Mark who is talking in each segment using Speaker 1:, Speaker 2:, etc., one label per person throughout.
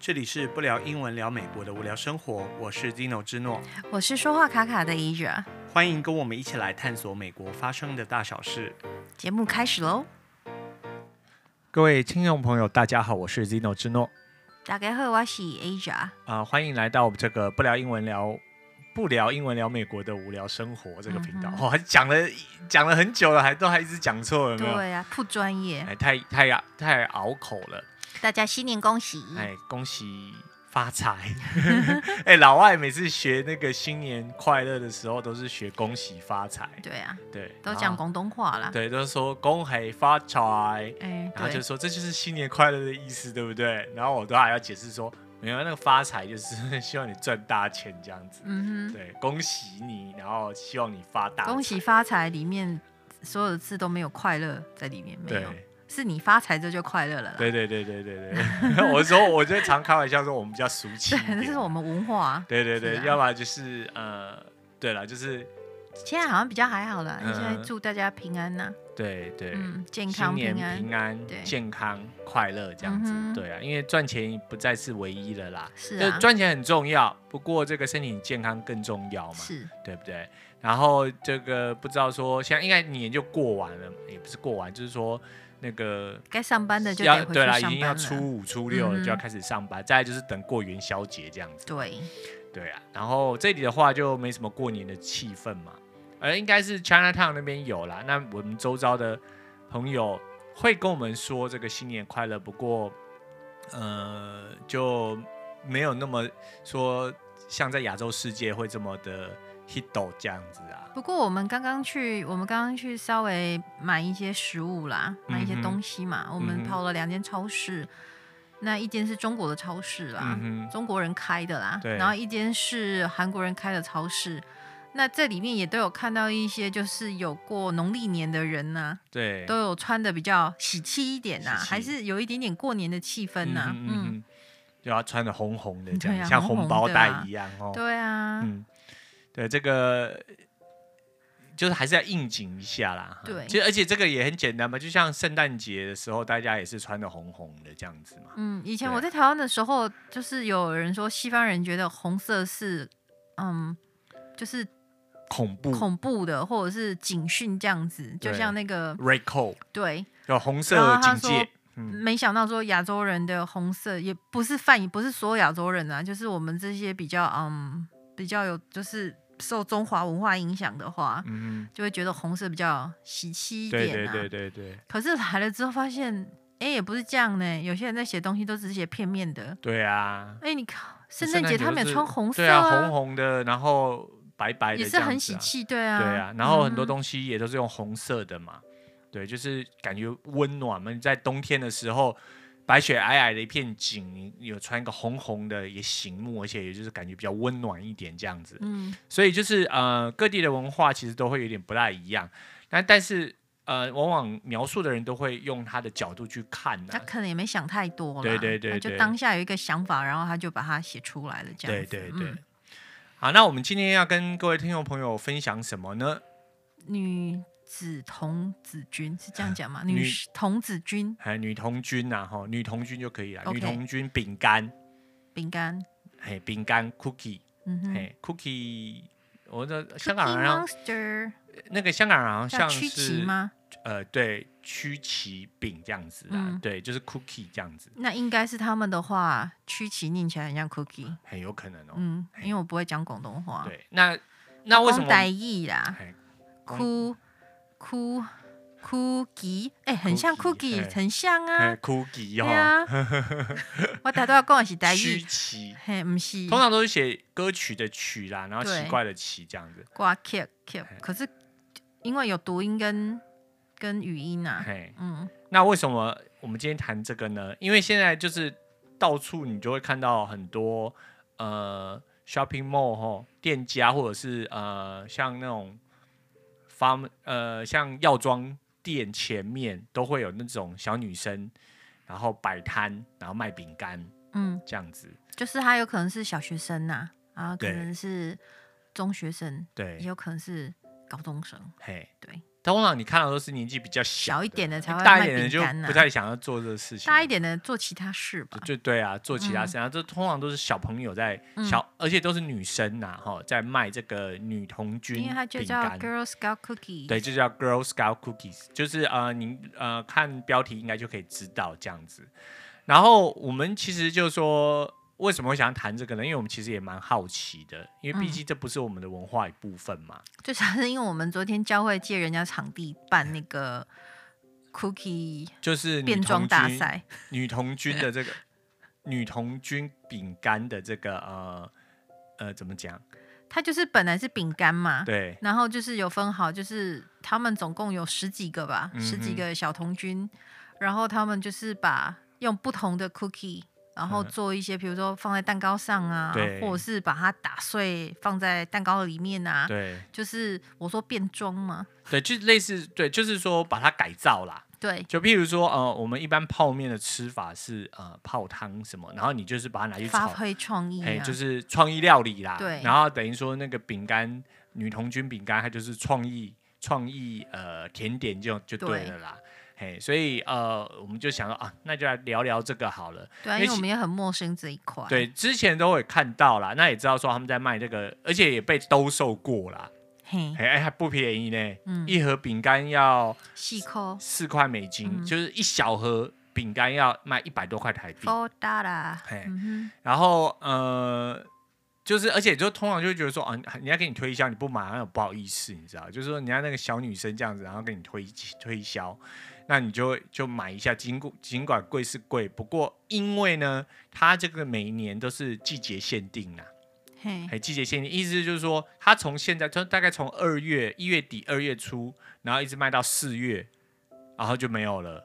Speaker 1: 这里是不聊英文聊美国的无聊生活，我是 Dino 之诺，
Speaker 2: 我是说话卡卡的啊怡惹。
Speaker 1: 欢迎跟我们一起来探索美国发生的大小事。
Speaker 2: 节目开始喽！
Speaker 1: 各位听众朋友，大家好，我是 Dino 之诺，
Speaker 2: 大家好，我是 Asia。
Speaker 1: 啊、欢迎来到我们这个不聊英文聊不聊英文聊美国的无聊生活这个频道。
Speaker 2: 嗯
Speaker 1: 哦，还讲了讲了很久了，还都还一直讲错，有没有？
Speaker 2: 对啊，不专业，
Speaker 1: 哎，太太太拗口了。
Speaker 2: 大家新年恭喜！
Speaker 1: 哎，恭喜发 财！哎，老外每次学那个新年快乐的时候，都是学恭喜发财，
Speaker 2: 对啊，
Speaker 1: 对，
Speaker 2: 都
Speaker 1: 然
Speaker 2: 讲
Speaker 1: 后
Speaker 2: 广东话啦。
Speaker 1: 对，都说恭喜发财，
Speaker 2: 哎，
Speaker 1: 啊然后就
Speaker 2: 啊对，
Speaker 1: 说这就是新年快乐的意思，对不对？然后我都还要解释说，没有那个发财就是 希望你赚大钱这样子，
Speaker 2: 嗯
Speaker 1: 对，恭喜你，然后希望你发大
Speaker 2: 哼，
Speaker 1: 财，
Speaker 2: 恭喜发财里面所有的字都没有快乐在里面，没
Speaker 1: 对
Speaker 2: 有，是你发财这就快乐了啦。
Speaker 1: 对对对对对 对，我说我就常开玩笑说我们比较俗气一
Speaker 2: 对，
Speaker 1: 点，
Speaker 2: 这是我们文化。
Speaker 1: 对对对，
Speaker 2: 是啊
Speaker 1: 要么就是呃，对了，就是
Speaker 2: 现在好像比较还好啦，
Speaker 1: 嗯
Speaker 2: 现在祝大家平安呐，
Speaker 1: 对对，
Speaker 2: 嗯，健
Speaker 1: 新
Speaker 2: 康
Speaker 1: 年
Speaker 2: 平安。
Speaker 1: 平安
Speaker 2: 对
Speaker 1: 健康、快乐这样子。
Speaker 2: 嗯哼
Speaker 1: 对啊，因为赚钱不再是唯一了啦，
Speaker 2: 是
Speaker 1: 就
Speaker 2: 啊，
Speaker 1: 赚钱很重要，不过这个身体健康更重要嘛，
Speaker 2: 是，
Speaker 1: 对不对？然后这个不知道说，像应该年就过完了，也不是过完，就是说那个。
Speaker 2: 该上班的就
Speaker 1: 要
Speaker 2: 得回
Speaker 1: 对啦，
Speaker 2: 去
Speaker 1: 已经
Speaker 2: 上
Speaker 1: 要
Speaker 2: 班
Speaker 1: 初
Speaker 2: 了。
Speaker 1: 五、初六了，
Speaker 2: 嗯哼
Speaker 1: 就要开始上班。再来就是等过元宵节这样子。
Speaker 2: 对，
Speaker 1: 对啊，然后这里的话就没什么过年的气氛嘛，呃，应该是 Chinatown 那边有啦。那我们周遭的朋友会跟我们说这个新年快乐，不过呃就没有那么说像在亚洲世界会这么的 hit 这样子啊。
Speaker 2: 不过我们刚刚去，我们刚刚去稍微买一些食物啦，买一些
Speaker 1: 嗯哼
Speaker 2: 东西嘛。我们
Speaker 1: 嗯哼
Speaker 2: 跑了两间超市，那一间是中国的超市啦，
Speaker 1: 嗯哼
Speaker 2: 中国人开的啦，
Speaker 1: 对
Speaker 2: 然后一间是韩国人开的超市。那这里面也都有看到一些，就是有过农历年的人呐、
Speaker 1: 对，
Speaker 2: 都有穿的比较喜气一点呐、
Speaker 1: 喜气
Speaker 2: 还是有一点点过年的气氛呐、
Speaker 1: 嗯哼嗯
Speaker 2: 嗯，
Speaker 1: 哼就要穿的红红的，这样、
Speaker 2: 对啊
Speaker 1: 像
Speaker 2: 红红
Speaker 1: 包
Speaker 2: 的
Speaker 1: 袋
Speaker 2: 啊
Speaker 1: 一样哦。
Speaker 2: 对啊，
Speaker 1: 嗯，对，这个就是还是要应景一下啦。哈
Speaker 2: 对
Speaker 1: 其实而且这个也很简单嘛，就像圣诞节的时候，大家也是穿的红红的这样子嘛。
Speaker 2: 嗯，以前
Speaker 1: 对
Speaker 2: 我在台湾的时候，就是有人说西方人觉得红色是，嗯，就是
Speaker 1: 嗯恐怖
Speaker 2: 恐怖的，或者是警讯这样子，就
Speaker 1: 对
Speaker 2: 像那个
Speaker 1: red code
Speaker 2: 对，
Speaker 1: 有红
Speaker 2: 然
Speaker 1: 色
Speaker 2: 啊后他
Speaker 1: 警
Speaker 2: 说
Speaker 1: 戒，嗯，
Speaker 2: 没想到说亚洲人的红色也不是泛，也不是所有亚洲人啊，就是我们这些比较嗯比较有就是受中华文化影响的话，
Speaker 1: 嗯
Speaker 2: 就会觉得红色比较喜气
Speaker 1: 哼，对
Speaker 2: 一点
Speaker 1: 对
Speaker 2: 啊。
Speaker 1: 对对对
Speaker 2: 可是来了之后发现，哎，也不是这样呢，有些人在写东西都只是写片面的。
Speaker 1: 对啊！
Speaker 2: 哎、你看圣诞节他们
Speaker 1: 就
Speaker 2: 也
Speaker 1: 是
Speaker 2: 穿红色
Speaker 1: 对啊，红红的，然后白白的，
Speaker 2: 也是很喜。气，对啊，
Speaker 1: 对啊，然后很多
Speaker 2: 嗯
Speaker 1: 东西也都是用红色的嘛，对，就是感觉温暖嘛。你在冬天的时候，白雪皑皑的一片景，你有穿一个红红的也醒目，而且也就是感觉比较温暖一点这样子。
Speaker 2: 嗯，
Speaker 1: 所以就是呃，各地的文化其实都会有点不太一样，那但是呃，往往描述的人都会用他的角度去看啊呢、
Speaker 2: 他可能也没想太多了，
Speaker 1: 对对对
Speaker 2: 他
Speaker 1: 对
Speaker 2: 就当下有一个想法，然后他就把它写出来了，这样
Speaker 1: 对
Speaker 2: 子，
Speaker 1: 对对
Speaker 2: 嗯。
Speaker 1: 好，那我们今天要跟各位听众朋友分享什么呢？
Speaker 2: 女子童子军是这样 讲吗？
Speaker 1: 女
Speaker 2: 女士童子军
Speaker 1: 哎，女童军呐、啊，哈，女童军就可以了。女
Speaker 2: OK
Speaker 1: 童军饼干，
Speaker 2: 饼干，
Speaker 1: 嘿，饼干 cookie，
Speaker 2: 嗯哼
Speaker 1: 嘿，cookie，我的香港人好
Speaker 2: Cookie
Speaker 1: 像
Speaker 2: Monster
Speaker 1: 那个香港人好
Speaker 2: 叫
Speaker 1: 像
Speaker 2: 曲奇
Speaker 1: 是
Speaker 2: 吗？
Speaker 1: 呃，对，曲奇饼这样子啊，
Speaker 2: 嗯
Speaker 1: 对，就是 cookie 这样子，
Speaker 2: 那应该是他们的话，曲奇念起来很像 cookie，
Speaker 1: 很有可能哦。
Speaker 2: 嗯，
Speaker 1: 嘿
Speaker 2: 因为我不会讲广东话，，
Speaker 1: 对，那那为什么？
Speaker 2: 台语啦，
Speaker 1: 嘿
Speaker 2: 哭哭哭 o 哎，很像
Speaker 1: Cookie，
Speaker 2: cookie，
Speaker 1: 嘿
Speaker 2: 很像
Speaker 1: 嘿
Speaker 2: 啊，
Speaker 1: ，cookie
Speaker 2: 对
Speaker 1: 哈，
Speaker 2: 啊，我打都要讲的是台
Speaker 1: 曲
Speaker 2: 语，
Speaker 1: 奇，
Speaker 2: 嘿，不是
Speaker 1: 通常都是写歌曲的曲啦，然后
Speaker 2: 对
Speaker 1: 奇怪的奇这样子，
Speaker 2: 挂 k k，
Speaker 1: 嘿
Speaker 2: 可是因为有读音跟跟语音啊，
Speaker 1: 嘿。
Speaker 2: 嗯，
Speaker 1: 那为什么我们今天谈这个呢？因为现在就是到处你就会看到很多呃 shopping mall 吼店家，或者是呃像那种 farm 呃像药妆店前面都会有那种小女生，然后摆摊，然后卖饼干
Speaker 2: 嗯，
Speaker 1: 这样子。
Speaker 2: 就是他有可能是小学生呐、啊，然后可
Speaker 1: 对
Speaker 2: 能是中学生，也
Speaker 1: 对，
Speaker 2: 有可能是高中生，
Speaker 1: 嘿，
Speaker 2: 对，
Speaker 1: 通常你看到都是年纪比较小
Speaker 2: 小一点的才会
Speaker 1: 大
Speaker 2: 卖
Speaker 1: 一点的
Speaker 2: 饼
Speaker 1: 就
Speaker 2: 干啊
Speaker 1: 不
Speaker 2: 呐、
Speaker 1: 太想要做这个事情。
Speaker 2: 大一点的做其他事吧。
Speaker 1: 就对啊，做其他事啊，这、通常都是小朋友在
Speaker 2: 嗯
Speaker 1: 小，而且都是女生呐、哈，在卖这个女童军
Speaker 2: 因为它就
Speaker 1: 饼
Speaker 2: 叫
Speaker 1: 干。
Speaker 2: Girl Scout Cookie，
Speaker 1: 对，就叫 Girl Scout Cookies，就是呃，您呃看标题应该就可以知道这样子。然后我们其实就说，为什么会想要谈这个呢？因为我们其实也蛮好奇的，因为毕
Speaker 2: 嗯
Speaker 1: 竟这不是我们的文化一部分嘛。
Speaker 2: 就是还是因为我们昨天教会借人家场地办那个 Cookie
Speaker 1: 就是女
Speaker 2: 变装
Speaker 1: 童
Speaker 2: 大
Speaker 1: 军，
Speaker 2: 赛，
Speaker 1: 女童军的这个女童军饼干的这个呃呃怎么讲？
Speaker 2: 啊它就是本来是饼干嘛，
Speaker 1: 对，
Speaker 2: 然后就是有分好，就是他们总共有十几个吧，
Speaker 1: 嗯哼
Speaker 2: 十几个小童军，然后他们就是把用不同的 cookie，然后
Speaker 1: 嗯
Speaker 2: 做一些，比如说放在蛋糕上啊
Speaker 1: 对，
Speaker 2: 或者是把它打碎放在蛋糕里面啊，
Speaker 1: 对
Speaker 2: 就是我说变装嘛，
Speaker 1: 对，就类似对，就是说把它改造啦。
Speaker 2: 对，
Speaker 1: 就譬如说，呃，我们一般泡面的吃法是呃泡汤什么，然后你就是把它拿去
Speaker 2: 发
Speaker 1: 炒，
Speaker 2: 挥创意、
Speaker 1: 哎、
Speaker 2: 啊，
Speaker 1: 就是创意料理啦。
Speaker 2: 对
Speaker 1: 然后等于说那个饼干，女童军饼干，它就是创意创意呃甜点就就对
Speaker 2: 对
Speaker 1: 了啦。嘿，所以呃，我们就想说啊，那就来聊聊这个好了。
Speaker 2: 对啊，
Speaker 1: 因
Speaker 2: 因
Speaker 1: 为
Speaker 2: 为我
Speaker 1: 其
Speaker 2: 们也很陌生这一块，，
Speaker 1: 对，之前都有看到啦，那也知道说他们在卖这个，而且也被兜售过啦。
Speaker 2: 嘿，
Speaker 1: 哎、哎还不便宜呢，
Speaker 2: 嗯
Speaker 1: 一盒饼干要
Speaker 2: 细扣
Speaker 1: 四块美金，
Speaker 2: 嗯
Speaker 1: 就是一小盒饼干要卖一百多块台币。
Speaker 2: four dollar，
Speaker 1: 嘿
Speaker 2: 嗯
Speaker 1: 然后呃，就是而且就通常就会觉得说啊，人家给你推销你不买，好像很不好意思，你知道？就是说人家那个小女生这样子，然后给你推推销，那你就就买一下，尽管尽管贵是贵，不过因为呢，它这个每一年都是季节限定啊啦、
Speaker 2: 哼，嘿，
Speaker 1: 哎，季节限定，意思就是说，它从现在从大概从二月一月底二月初，然后一直卖到四月，然后就没有了，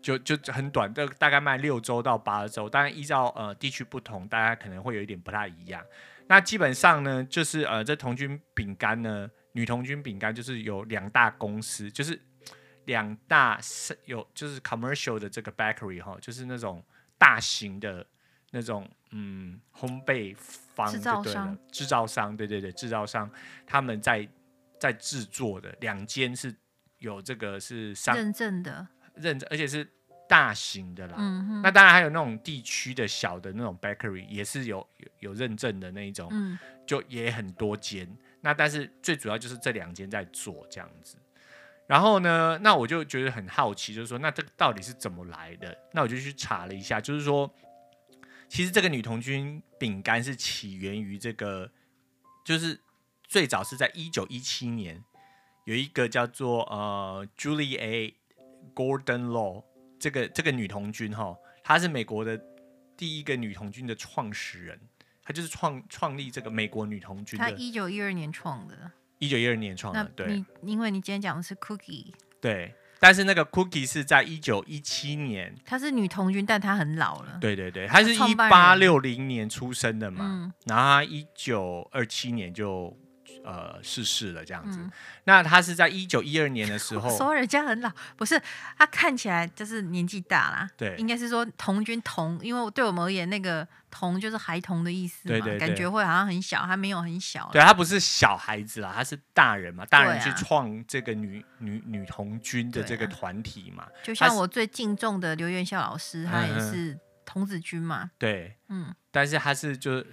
Speaker 1: 就就很短，大大概卖六周到八周。当然，依照呃地区不同，大家可能会有一点不太一样。那基本上呢，就是呃这童军饼干呢，女童军饼干就是有两大公司，就是两大是有就是 commercial 的这个 bakery 哈，就是那种大型的那种嗯烘焙方
Speaker 2: 制
Speaker 1: 就
Speaker 2: 造
Speaker 1: 对了
Speaker 2: 商，
Speaker 1: 制造商对对对，制造商他们在在制作的两间是有这个是商
Speaker 2: 认证的，
Speaker 1: 认证，而且是大型的啦。
Speaker 2: 嗯哼，
Speaker 1: 那当然还有那种地区的小的那种 bakery 也是有有有认证的那一种，
Speaker 2: 嗯，
Speaker 1: 就也很多间。那但是最主要就是这两间在做这样子。然后呢，那我就觉得很好奇，就是说那这个到底是怎么来的？那我就去查了一下，就是说，其实这个女童军饼干是起源于这个，就是最早是在一九一七年，有一个叫做呃 Julie A. Gordon Law 这个这个女童军哈，她是美国的第一个女童军的创始人，她就是创创立这个美国女童军
Speaker 2: 它
Speaker 1: 的，
Speaker 2: 一九一二年创的，
Speaker 1: 一九一二年创
Speaker 2: 那
Speaker 1: 的，对
Speaker 2: 你因为你今天讲的是 Cookie，
Speaker 1: 对。但是那个 Cookie 是在一九一七年，
Speaker 2: 她是女童军，但她很老了。
Speaker 1: 对对对，她是一
Speaker 2: 嗯创办
Speaker 1: 八
Speaker 2: 人
Speaker 1: 六零年出生的嘛，
Speaker 2: 嗯
Speaker 1: 然后他一九二七年就呃逝世了，这样子。
Speaker 2: 嗯，
Speaker 1: 那他是在一九一二年的时候，
Speaker 2: 说人家很老，不是她看起来就是年纪大啦。
Speaker 1: 对
Speaker 2: 应该是说童军童，因为对我们而言，那个童就是孩童的意思嘛，
Speaker 1: 对对对
Speaker 2: 感觉会好像很小，还没有很小。
Speaker 1: 对啊他不是小孩子
Speaker 2: 啊
Speaker 1: 啦，他是大人嘛，大人
Speaker 2: 对
Speaker 1: 去
Speaker 2: 啊
Speaker 1: 创这个女、女女童军的这个
Speaker 2: 对啊
Speaker 1: 团体嘛，
Speaker 2: 就
Speaker 1: 她
Speaker 2: 像
Speaker 1: 是嗯
Speaker 2: 我最敬重的刘元孝老师，他也是童子军嘛，
Speaker 1: 对，
Speaker 2: 嗯，
Speaker 1: 但是他是就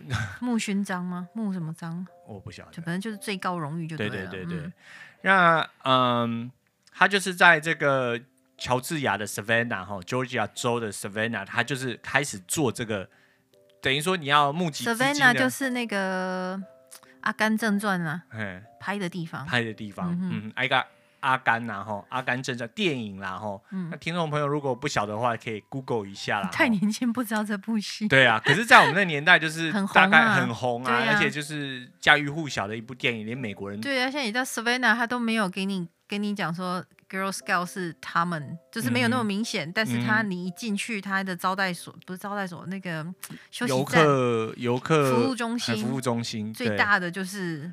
Speaker 2: 穆勋章吗？穆什么章？
Speaker 1: 我不晓
Speaker 2: 就
Speaker 1: 得，
Speaker 2: 反正就是最高荣誉就
Speaker 1: 对
Speaker 2: 对了。
Speaker 1: 对对，
Speaker 2: 嗯
Speaker 1: 那嗯，他就是在这个乔治亚的 Savannah 哈，Georgia 州的 Savannah，他就是开始做这个，等于说你要募集资金
Speaker 2: ，Savannah 就
Speaker 1: 的，
Speaker 2: 是那个《阿甘正传》啊
Speaker 1: 嗯。
Speaker 2: 拍的地方。
Speaker 1: 拍的地方，
Speaker 2: 嗯哼
Speaker 1: 嗯，阿甘阿甘然后阿甘正传电影啦吼，
Speaker 2: 嗯
Speaker 1: 那听众朋友如果不晓得的话，可以 Google 一下啦。吼
Speaker 2: 太年轻不知道这部戏。
Speaker 1: 哦对啊，可是，在我们那年代，就是
Speaker 2: 很红
Speaker 1: 大
Speaker 2: 啊
Speaker 1: 概很红啊，
Speaker 2: 对啊
Speaker 1: 而且就是家喻户晓的一部电影，连美国人
Speaker 2: 对啊，像你到 Savannah，他都没有给你跟你讲说 Girl Scout 是他们，就是没有那么明显。但是他
Speaker 1: 嗯
Speaker 2: 你一进去，他的招待所不是招待所，那个嗯休
Speaker 1: 游
Speaker 2: 息站
Speaker 1: 客游客
Speaker 2: 服务中心
Speaker 1: 哎服务中心
Speaker 2: 最
Speaker 1: 对
Speaker 2: 大的就是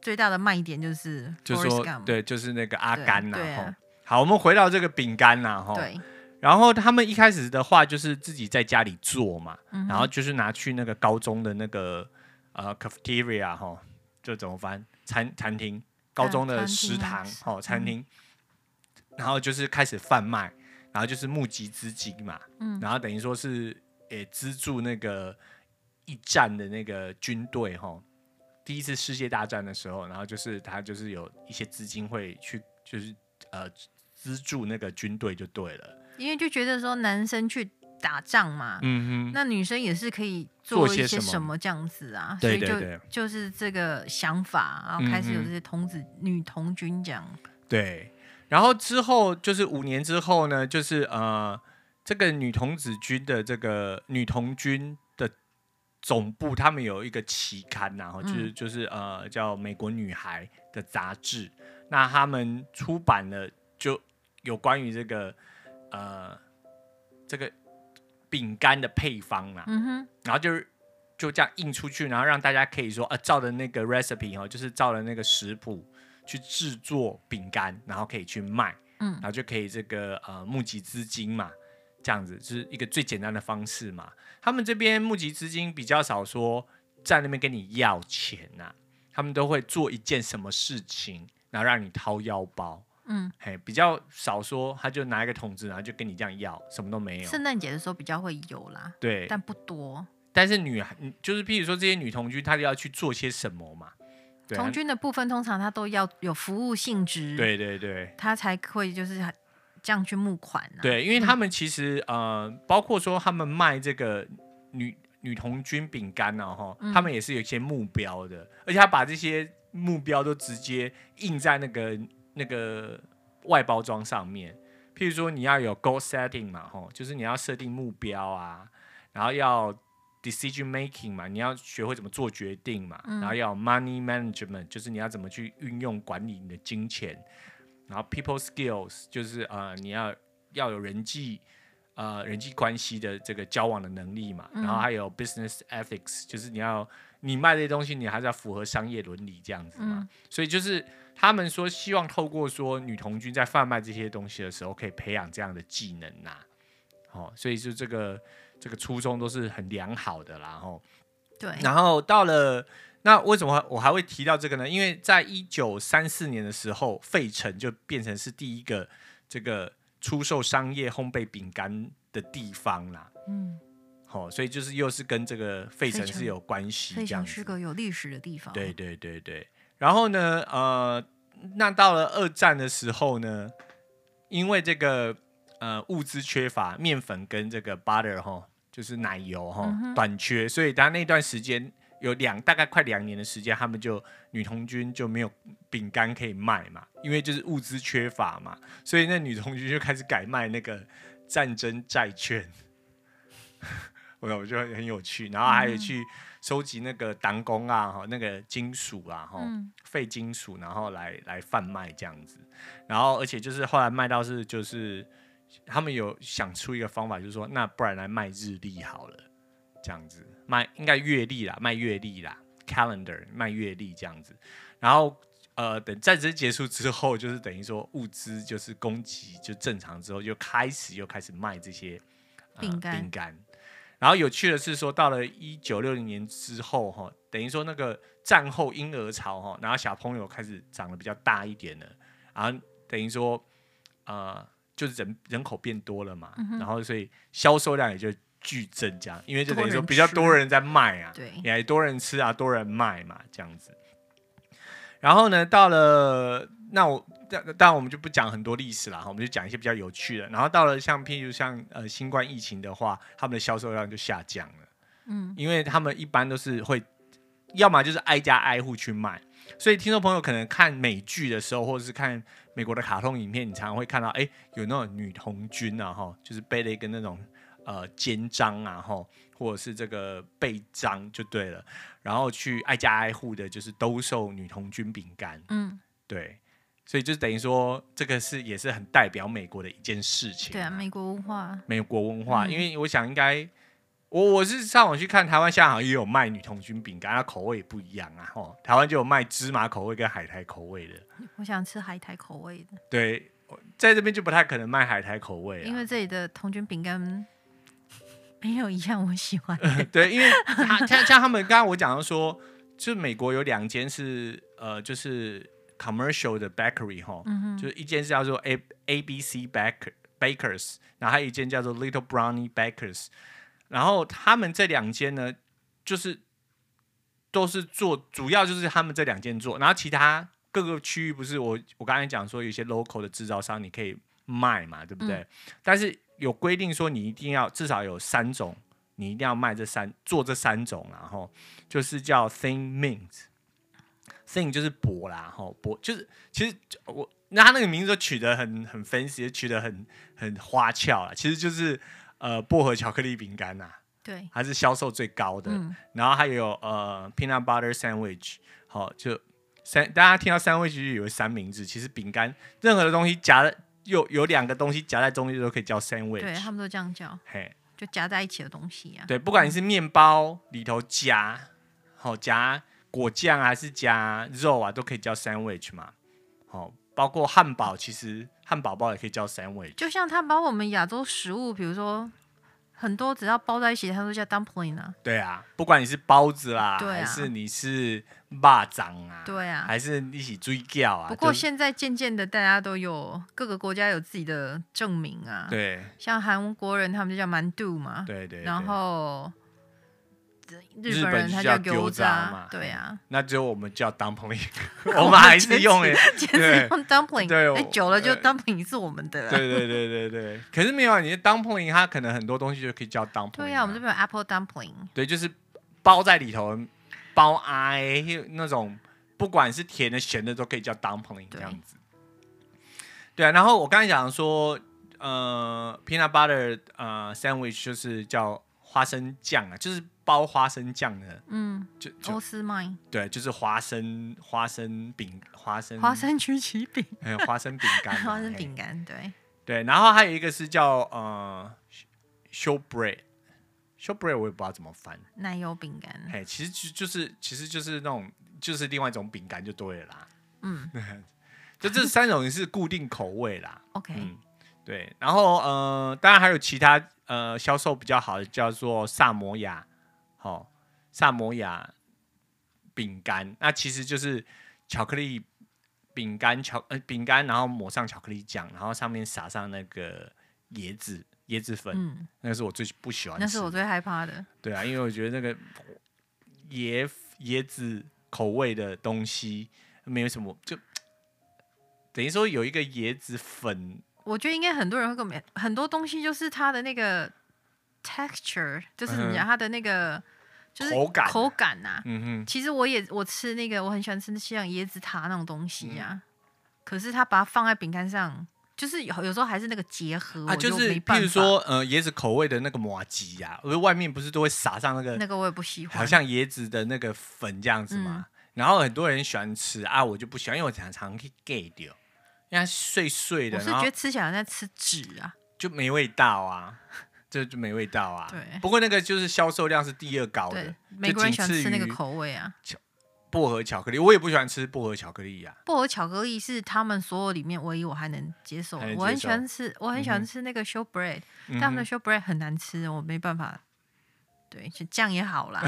Speaker 2: 最大的卖点就是
Speaker 1: 就
Speaker 2: Forrest
Speaker 1: 说
Speaker 2: Gump
Speaker 1: 对，就是那个阿甘呐
Speaker 2: 对对
Speaker 1: 吼
Speaker 2: 啊。
Speaker 1: 好，我们回到这个饼干呐吼，
Speaker 2: 对，
Speaker 1: 然后他们一开始的话就是自己在家里做嘛，
Speaker 2: 嗯哼
Speaker 1: 然后就是拿去那个高中的那个呃 cafeteria 哈，就怎么翻餐餐厅，高中的
Speaker 2: 餐厅
Speaker 1: 食
Speaker 2: 啊
Speaker 1: 堂
Speaker 2: 食
Speaker 1: 哦餐厅然后就是开始贩卖，然后就是募集资金嘛，
Speaker 2: 嗯
Speaker 1: 然后等于说是也资助那个一战的那个军队哈。第一次世界大战的时候，然后就是他就是有一些资金会去，就是呃资助那个军队就对了。
Speaker 2: 因为就觉得说男生去打仗嘛，
Speaker 1: 嗯哼，
Speaker 2: 那女生也是可以
Speaker 1: 做
Speaker 2: 一
Speaker 1: 些
Speaker 2: 些
Speaker 1: 什么
Speaker 2: 什么这样子啊，
Speaker 1: 对对
Speaker 2: 所以
Speaker 1: 对
Speaker 2: 就就是这个想法，然后开始
Speaker 1: 嗯
Speaker 2: 有
Speaker 1: 嗯
Speaker 2: 这些童子、女童军这样。
Speaker 1: 对。然后之后就是五年之后呢，就是呃，这个女童子军的这个女童军的总部，他们有一个期刊、然后就是、就是呃叫《美国女孩》的杂志，那他们出版了就有关于这个呃这个饼干的配方啦、
Speaker 2: 嗯哼，
Speaker 1: 然后就是就这样印出去，然后让大家可以说，呃，照着那个 recipe 哦，就是照着那个食谱去制作饼干，然后可以去卖，
Speaker 2: 嗯
Speaker 1: 然后就可以这个呃募集资金嘛，这样子就是一个最简单的方式嘛。他们这边募集资金比较少说在那边跟你要钱呐、他们都会做一件什么事情，然后让你掏腰包。
Speaker 2: 嗯，
Speaker 1: 嘿，比较少说，他就拿一个桶子，然后就跟你这样要，什么都没有。
Speaker 2: 圣诞节的时候比较会有啦，
Speaker 1: 对，
Speaker 2: 但不多。
Speaker 1: 但是女孩嗯就是，譬如说这些女童军，她就要去做些什么嘛？对啊
Speaker 2: 童军的部分通常它都要有服务性质，，
Speaker 1: 对对对
Speaker 2: 它才会就是这样去募款啊。，
Speaker 1: 对，因为他们其实呃，包括说他们卖这个女女童军饼干呢，哈，他们也是有一些目标的，而且他把这些目标都直接印在那个那个外包装上面。譬如说你要有 goal setting 嘛，吼，就是你要设定目标啊，然后要 decision making 嘛，你要学会怎么做决定嘛，然后要有 money management，就是你要怎么去运用管理你的金钱，然后 people skills 就是呃你要要有人际呃人际关系的这个交往的能力嘛，然后还有 business ethics，就是你要你卖这些东西，你还是要符合商业伦理这样子嘛，所以就是。他们说希望透过说女童军在贩卖这些东西的时候，可以培养这样的技能呐、哦，所以就这个这个初衷都是很良好的啦，哦吼、
Speaker 2: 对，
Speaker 1: 然后到了那为什么我还会提到这个呢？因为在一九三四年的时候，费城就变成是第一个这个出售商业烘焙饼干的地方啦。
Speaker 2: 嗯，
Speaker 1: 哦，所以就是又是跟这个费城
Speaker 2: 费城
Speaker 1: 是有关系，
Speaker 2: 非
Speaker 1: 这样
Speaker 2: 常
Speaker 1: 子
Speaker 2: 是个有历史的地方。
Speaker 1: 对，对对对。然后呢，呃，那到了二战的时候呢，因为这个呃物资缺乏，面粉跟这个 butter 哈，就是奶油哈、短缺，所以他那段时间有两大概快两年的时间，他们就女童军就没有饼干可以卖嘛，因为就是物资缺乏嘛，所以那女童军就开始改卖那个战争债券。 我我觉得很有趣，然后还有去收集那个弹弓啊，哈，那个金属啊，哈、
Speaker 2: 嗯
Speaker 1: 废金属，然后来来贩卖这样子。然后而且就是后来卖到是就是他们有想出一个方法，就是说那不然来卖日历好了，这样子卖应该月历啦，卖月历啦，calendar 卖月历这样子。然后呃，等战争结束之后，就是等于说物资就是供给就正常之后，就开始又开始卖这些、呃
Speaker 2: 饼干
Speaker 1: 饼干。然后有趣的是说，到了一九六零年之后，哈，等于说那个战后婴儿潮，哈，然后小朋友开始长得比较大一点了，然后等于说，呃，就是人人口变多了嘛，然后所以销售量也就剧增加，因为就等于说比较多人在卖啊，
Speaker 2: 对
Speaker 1: 也多人吃啊，多人卖嘛，这样子。然后呢，到了那我当当然我们就不讲很多历史了，哈我们就讲一些比较有趣的。然后到了像譬如像呃新冠疫情的话，他们的销售量就下降了，
Speaker 2: 嗯，
Speaker 1: 因为他们一般都是会，要么就是挨家挨户去卖。所以听众朋友可能看美剧的时候，或者是看美国的卡通影片，你常常会看到，哎、有那种女童军啊，哈，就是背了一个那种呃肩章啊，哈，或者是这个背章就对了，然后去挨家挨户的，就是兜售女童军饼干，
Speaker 2: 嗯，
Speaker 1: 对，所以就是等于说，这个是也是很代表美国的一件事情、
Speaker 2: 对啊，嗯美国文化，
Speaker 1: 美国文化，因为我想应该，我我是上网去看台湾，现在好像也有卖女童军饼干，它口味也不一样啊，哦，台湾就有卖芝麻口味跟海苔口味的，
Speaker 2: 我想吃海苔口味的，
Speaker 1: 对，在这边就不太可能卖海苔口味
Speaker 2: 因
Speaker 1: 啊，
Speaker 2: 为这里的童军饼干 没有一样我 喜欢的。
Speaker 1: 对，因为他像像他们刚刚我讲到说，就是美国有两间是呃，就是 commercial 的 bakery 哈，
Speaker 2: 嗯哼，
Speaker 1: 就是一间是叫做 A A B C Baker Bakers，然后还有一间叫做 Little Brownie Bakers，然后他们这两间呢，就是都是做，主要就是他们这两间做，然后其他各个区域不是我我刚才讲说有一些 local 的制造商你可以卖嘛，对不对？
Speaker 2: 嗯
Speaker 1: 但是有规定说你一定要至少有三种，你一定要卖这三做这三种啦，然后就是叫 thin mint。thin 就是薄啦，吼薄就是其实我那他那个名字都取得很很 fancy，取得很很花俏啦，其实就是呃薄荷巧克力饼干呐，
Speaker 2: 对，
Speaker 1: 它是销售最高的。
Speaker 2: 嗯
Speaker 1: 然后还有呃 peanut butter sandwich，好、就三大家听到 sandwich 就以为三明治，其实饼干任何的东西夹在有有两个东西夹在中间都可以叫
Speaker 2: 对
Speaker 1: sandwich。
Speaker 2: 他们都这样叫，
Speaker 1: 嘿，
Speaker 2: 就夹在一起的东西啊。
Speaker 1: 对，不管你是面包里头夹，好、夹果酱啊还是夹肉啊，都可以叫 sandwich 嘛。好、包括汉堡，其实汉堡包也可以叫 sandwich。
Speaker 2: 就像它把我们亚洲食物，比如说很多只要包在一起，它都叫 dumpling 啊。
Speaker 1: 对啊，不管你是包子啦，
Speaker 2: 对啊
Speaker 1: 还是你是蚂蚱啊，
Speaker 2: 对啊
Speaker 1: 还是一起追叫啊。
Speaker 2: 不过
Speaker 1: 就是
Speaker 2: 现在渐渐的，大家都有各个国家有自己的证明啊。，
Speaker 1: 对
Speaker 2: 像韩国人他们就叫蛮肚嘛，
Speaker 1: 对对，
Speaker 2: 然
Speaker 1: 对
Speaker 2: 后日
Speaker 1: 日
Speaker 2: 本
Speaker 1: 本
Speaker 2: 人
Speaker 1: 就
Speaker 2: 他
Speaker 1: 叫
Speaker 2: 油
Speaker 1: 餃子啊嘛
Speaker 2: 对啊，
Speaker 1: 那只有我们叫 dumpling，我 们还是用哎、
Speaker 2: 简
Speaker 1: 对
Speaker 2: 直用 dumpling，
Speaker 1: 对我
Speaker 2: 哎久了就
Speaker 1: 对
Speaker 2: dumpling 是我们的啊。
Speaker 1: 对对对对对。可是没有啊，你的 dumpling 它可能很多东西就可以叫 dumpling、
Speaker 2: 对啊，我们这边有 apple dumpling，
Speaker 1: 对，就是包在里头，包哎那种，不管是甜的、咸的都可以叫 dumpling 这
Speaker 2: 对
Speaker 1: 样子。对啊，然后我刚才讲说，呃，peanut butter 呃 sandwich 就是叫花生酱啊，就是包花生酱的，
Speaker 2: 嗯，
Speaker 1: 就就、
Speaker 2: 欧斯麦
Speaker 1: 对，就是花生花生饼、花生
Speaker 2: 花生曲奇饼，
Speaker 1: 还有花生饼干啊、
Speaker 2: 花生
Speaker 1: 嘿
Speaker 2: 饼干，对，
Speaker 1: 对，然后还有一个是叫呃 shortbread。shortbread 我也不知道怎么翻，
Speaker 2: 奶油饼干，
Speaker 1: 嘿，其实就就是其实就是那种就是另外一种饼干就对了啦。
Speaker 2: 嗯
Speaker 1: 就这三种是固定口味啦，
Speaker 2: ，OK，
Speaker 1: 嗯，对。然后呃，当然还有其他呃销售比较好的叫做萨摩亚，好、萨摩亚饼干，那其实就是巧克力饼干巧呃饼干，然后抹上巧克力酱，然后上面撒上那个椰子椰子粉，
Speaker 2: 嗯，
Speaker 1: 那是我最不喜欢吃的。
Speaker 2: 那是我最害怕的，
Speaker 1: 对啊，因为我觉得那个椰椰子口味的东西没有什么，就等于说有一个椰子粉，
Speaker 2: 我觉得应该很多人会跟我们很多东西就是它的那个 texture，就是
Speaker 1: 嗯
Speaker 2: 你
Speaker 1: 哼
Speaker 2: 讲它的那个就是
Speaker 1: 口感啊
Speaker 2: 口感呐、
Speaker 1: 嗯
Speaker 2: 其实我也我吃那个我很喜欢吃像椰子塔那种东西
Speaker 1: 嗯
Speaker 2: 呀、可是它把它放在饼干上，就是有有时候还是那个结合，
Speaker 1: 哼，啊，
Speaker 2: 我就
Speaker 1: 就是
Speaker 2: 没办
Speaker 1: 譬
Speaker 2: 法。
Speaker 1: 如说，呃，椰子口味的那个马吉呀，因为外面不是都会撒上那个
Speaker 2: 那个我也不喜欢，
Speaker 1: 好像椰子的那个粉这样子嘛，
Speaker 2: 嗯
Speaker 1: 然后很多人喜欢吃啊，我就不喜欢，因为我常常去 gay 掉，因为它碎碎的，
Speaker 2: 我是
Speaker 1: 然后
Speaker 2: 觉得吃起来好像在吃纸啊，
Speaker 1: 就没味道啊， 这就没味道啊。
Speaker 2: 对
Speaker 1: 不过那个就是销售量是第二高的
Speaker 2: 对，，美国人喜欢吃
Speaker 1: 就
Speaker 2: 那
Speaker 1: 仅
Speaker 2: 个
Speaker 1: 次于
Speaker 2: 口味啊。
Speaker 1: 薄荷巧克力，我也不喜欢吃薄荷巧克力呀、啊
Speaker 2: 薄荷巧克力是他们所有里面唯一我还能接受的
Speaker 1: 还能接受
Speaker 2: 我很喜欢吃，我很
Speaker 1: 嗯
Speaker 2: 喜欢
Speaker 1: 哼
Speaker 2: 吃那个 shortbread，、
Speaker 1: 嗯
Speaker 2: 但他们的 shortbread 很难吃，我没办法。对，就酱也好 啦，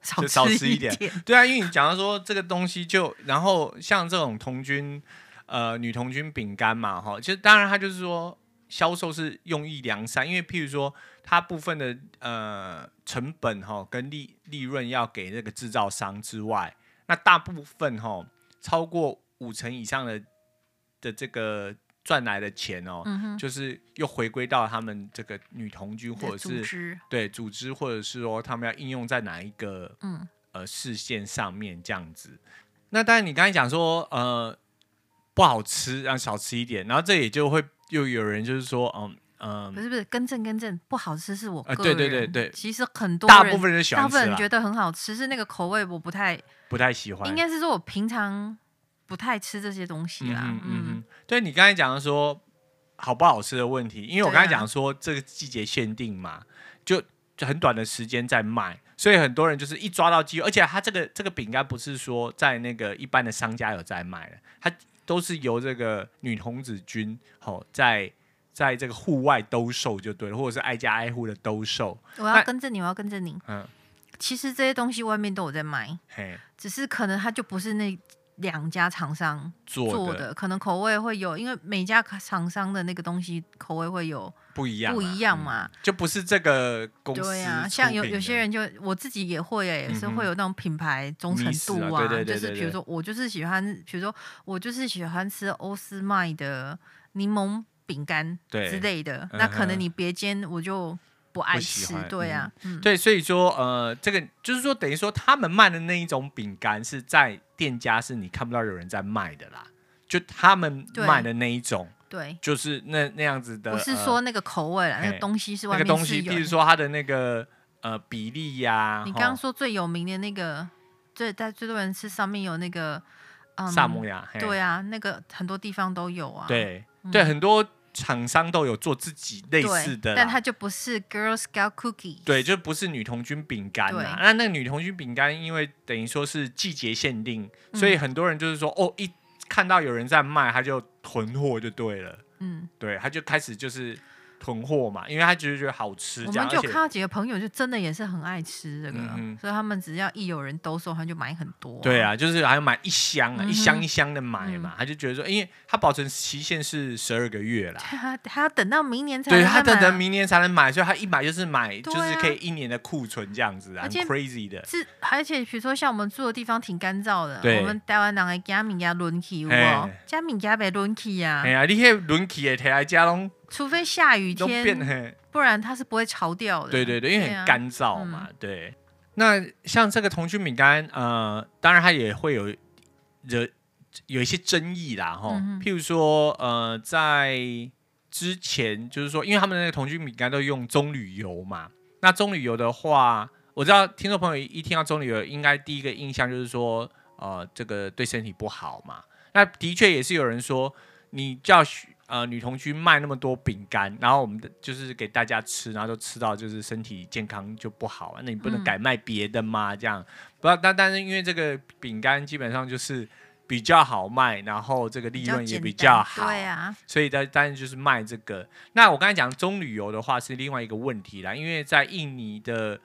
Speaker 2: 少
Speaker 1: 就少吃
Speaker 2: 一
Speaker 1: 一点对啊，因为你讲到说这个东西就，然后像这种童军，呃，女童军饼干嘛，哈，其实当然它就是说销售是用意良善，因为譬如说它部分的呃成本哈跟利利润要给那个制造商之外，那大部分哈超过五成以上的的这个赚来的钱哦，
Speaker 2: 嗯哼，
Speaker 1: 就是又回归到他们这个女童军或者
Speaker 2: 的组
Speaker 1: 是
Speaker 2: 织，
Speaker 1: 对组织，或者是说他们要应用在哪一个
Speaker 2: 嗯，
Speaker 1: 呃视线上面这样子。那当然，你刚才讲说呃不好吃，让少吃一点，然后这也就会又有人就是说嗯嗯、
Speaker 2: 不是不是，更正更正，不好吃是我
Speaker 1: 呃
Speaker 2: 个
Speaker 1: 对
Speaker 2: 人。
Speaker 1: 对对对
Speaker 2: 其实很多
Speaker 1: 大
Speaker 2: 人
Speaker 1: 部分人喜
Speaker 2: 大
Speaker 1: 欢
Speaker 2: 部
Speaker 1: 吃
Speaker 2: 分人
Speaker 1: 啦
Speaker 2: 觉，得很好吃，是那个口味我不太，
Speaker 1: 不太喜欢
Speaker 2: 应。该是说我平常不太吃这些东西
Speaker 1: 嗯
Speaker 2: 啦
Speaker 1: 哼。嗯
Speaker 2: 嗯，
Speaker 1: 哼，对你刚才讲的说好不好吃的问题，因为我
Speaker 2: 对
Speaker 1: 刚才
Speaker 2: 啊
Speaker 1: 讲说这个季节限定嘛，就就很短的时间在卖，所以很多人就是一抓到机会，而且它这个这个饼干不是说在那个一般的商家有在卖的，它都是由这个女童子军哦在。在这个户外兜售就对了，或者是挨家挨户的兜售，
Speaker 2: 我
Speaker 1: 那
Speaker 2: 要跟着你，我要跟着你。
Speaker 1: 嗯，
Speaker 2: 其实这些东西外面都有在卖，
Speaker 1: 嘿，
Speaker 2: 只是可能它就不是那两家厂商
Speaker 1: 做
Speaker 2: 做的，可能口味会有，因为每家厂商的那个东西口味会有
Speaker 1: 不一样啊，
Speaker 2: 不一样
Speaker 1: 嗯，
Speaker 2: 嘛。
Speaker 1: 就不是这个公司出
Speaker 2: 对
Speaker 1: 品的。
Speaker 2: 啊，像有有些人就我自己也会诶、也是
Speaker 1: 嗯哼
Speaker 2: 会有那种品牌忠诚度
Speaker 1: 迷思啊对对对
Speaker 2: 就是
Speaker 1: 对
Speaker 2: 比如
Speaker 1: 对
Speaker 2: 说我就是喜欢，比如说我就是喜欢吃欧诗麦的柠檬饼干
Speaker 1: 对
Speaker 2: 之类的，那
Speaker 1: 嗯
Speaker 2: 可
Speaker 1: 哼
Speaker 2: 能你别间我就不爱
Speaker 1: 不喜
Speaker 2: 吃
Speaker 1: 欢，
Speaker 2: 对啊，嗯，
Speaker 1: 对，所以说呃，这个就是说，等于说他们卖的那一种饼干是在店家是你看不到有人在卖的啦，就他们
Speaker 2: 对
Speaker 1: 卖的那一种，
Speaker 2: 对，
Speaker 1: 就是那那样子的。
Speaker 2: 不是
Speaker 1: 呃
Speaker 2: 说那个口味啦，那
Speaker 1: 嘿
Speaker 2: 个东西是
Speaker 1: 那
Speaker 2: 外
Speaker 1: 个
Speaker 2: 面
Speaker 1: 东
Speaker 2: 是
Speaker 1: 西，
Speaker 2: 有
Speaker 1: 比如
Speaker 2: 的
Speaker 1: 说它的那个呃比例呀、
Speaker 2: 你刚刚
Speaker 1: 吼
Speaker 2: 说最有名的那个，最在最多人吃上面有那个，嗯，
Speaker 1: 萨摩亚，嘿
Speaker 2: 对啊，那个很多地方都有啊。
Speaker 1: 对、
Speaker 2: 嗯
Speaker 1: 对，很多厂商都有做自己类
Speaker 2: 对，
Speaker 1: 似的啦，
Speaker 2: 但它就不是 Girl Scout Cookie。
Speaker 1: 对，就不是女童军饼干
Speaker 2: 对
Speaker 1: 啦。那那个女童军饼干，因为等于说是季节限定，所以
Speaker 2: 嗯
Speaker 1: 很多人就是说，哦，一看到有人在卖，他就囤货就对了，
Speaker 2: 嗯，
Speaker 1: 对，他就开始就是囤货嘛，因为他觉得觉得好吃
Speaker 2: 我
Speaker 1: 这样，
Speaker 2: 们就
Speaker 1: 而
Speaker 2: 有
Speaker 1: 且
Speaker 2: 看到几个朋友就真的也是很爱吃这个，
Speaker 1: 嗯哼
Speaker 2: 所以他们只要一有人兜售，他就买很多、
Speaker 1: 对，啊，就是还要买一箱啊，
Speaker 2: 嗯哼嗯
Speaker 1: 一箱一箱的买嘛，他就觉得说，因为他保存期限是十二个月啦。
Speaker 2: 他啊他要等到明年才
Speaker 1: 对
Speaker 2: 能
Speaker 1: 他
Speaker 2: 再
Speaker 1: 等
Speaker 2: 买
Speaker 1: 等
Speaker 2: 啊
Speaker 1: 明年才能买，所以他一买就是买，
Speaker 2: 对
Speaker 1: 就
Speaker 2: 啊
Speaker 1: 是可以一年的库存这样子啊，
Speaker 2: 而
Speaker 1: 很
Speaker 2: 且
Speaker 1: crazy 的。
Speaker 2: 是，而且比如说像我们住的地方挺干燥的，
Speaker 1: 对
Speaker 2: 我们台湾人的加米加轮起，有哦无
Speaker 1: 嘿？
Speaker 2: 加米加被轮起呀
Speaker 1: 哎，呀，你那轮起的提来家拢
Speaker 2: 除非下雨
Speaker 1: 拢
Speaker 2: 天，
Speaker 1: 变嘿，
Speaker 2: 不然它是不会潮掉的。
Speaker 1: 对对对，因为
Speaker 2: 啊
Speaker 1: 很干燥嘛，对。那像这个童军饼干，呃，当然它也会有惹有一些争议啦，哈、
Speaker 2: 嗯哼
Speaker 1: 譬如说，呃，在之前就是说，因为他们的那个童军饼干都用棕榈油嘛，那棕榈油的话，我知道听众朋友一听到棕榈油，应该第一个印象就是说，呃，这个对身体不好嘛。那的确也是有人说，你叫许呃女童军卖那么多饼干，然后我们的就是给大家吃，然后都吃到就是身体健康就不好啊，那你不能
Speaker 2: 嗯
Speaker 1: 改卖别的吗？这样不，但但是因为这个饼干基本上就是比较好卖，然后这个利润也比较
Speaker 2: 简
Speaker 1: 好，
Speaker 2: 单对啊，
Speaker 1: 所以它当然就是卖这个。那我刚才讲棕榈油的话是另外一个问题啦，因为在印尼的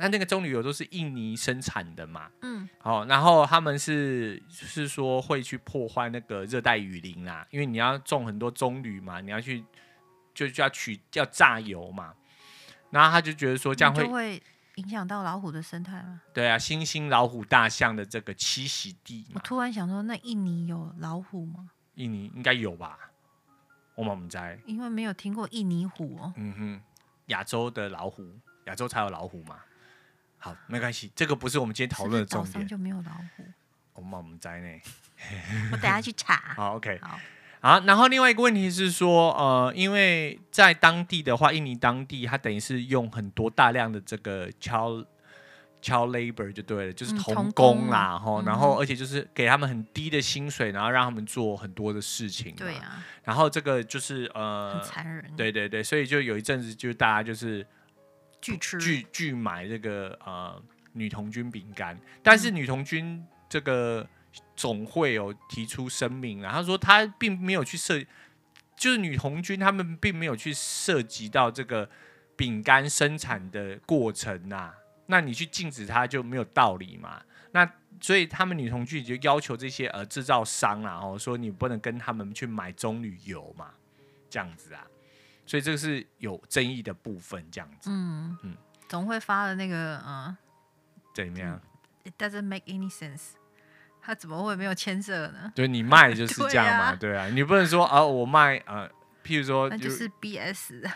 Speaker 1: 那那个棕榈油都是印尼生产的嘛，
Speaker 2: 嗯，
Speaker 1: 好、然后他们是是说会去破坏那个热带雨林啦，因为你要种很多棕榈嘛，你要去就就要取要榨油嘛，然后他就觉得说这样
Speaker 2: 你
Speaker 1: 会
Speaker 2: 就会影响到老虎的生态吗？
Speaker 1: 对啊，猩猩、老虎、大象的这个栖息地
Speaker 2: 我
Speaker 1: 嘛，
Speaker 2: 突然想说，那印尼有老虎吗？
Speaker 1: 印尼应该有吧？我们我们在
Speaker 2: 因为没有听过印尼虎哦。
Speaker 1: 嗯哼，亚洲的老虎，亚洲才有老虎嘛。好，没关系，这个不是我们今天讨论的
Speaker 2: 是不
Speaker 1: 重
Speaker 2: 是岛
Speaker 1: 点
Speaker 2: 上。就没有老 虎，
Speaker 1: 我们我们在内，
Speaker 2: 我等下去查。
Speaker 1: 好，OK。
Speaker 2: 好，
Speaker 1: 啊，然后另外一个问题是说，呃，因为在当地的话，印尼当地它等于是用很多大量的这个 child child labor 就对了，就是
Speaker 2: 嗯
Speaker 1: 童
Speaker 2: 童
Speaker 1: 工
Speaker 2: 工
Speaker 1: 啦，吼、
Speaker 2: 嗯
Speaker 1: 然后而且就是给他们很低的薪水，然后让他们做很多的事情，
Speaker 2: 对，啊，
Speaker 1: 然后这个就是呃
Speaker 2: 很，残忍。，
Speaker 1: 对对对，所以就有一阵子就大家就是
Speaker 2: 巨吃。
Speaker 1: 拒拒买这个呃女童军饼干，但是女童军这个总会有提出声明啊，他说他并没有去涉，就是女童军他们并没有去涉及到这个饼干生产的过程啊，那你去禁止它就没有道理嘛。那所以他们女童军就要求这些呃制造商啊，哦说你不能跟他们去买棕榈油嘛，这样子啊，所以这个是有争议的部分，这样子，
Speaker 2: 嗯
Speaker 1: 嗯
Speaker 2: 嗯，总会发的那个嗯
Speaker 1: 怎么样？
Speaker 2: ，It doesn't make any sense，它怎么会没有牵涉呢？
Speaker 1: 对你卖 就是这样嘛，对
Speaker 2: 对
Speaker 1: 啊，你不能说啊，我卖呃，譬如说，
Speaker 2: 那就是 BS。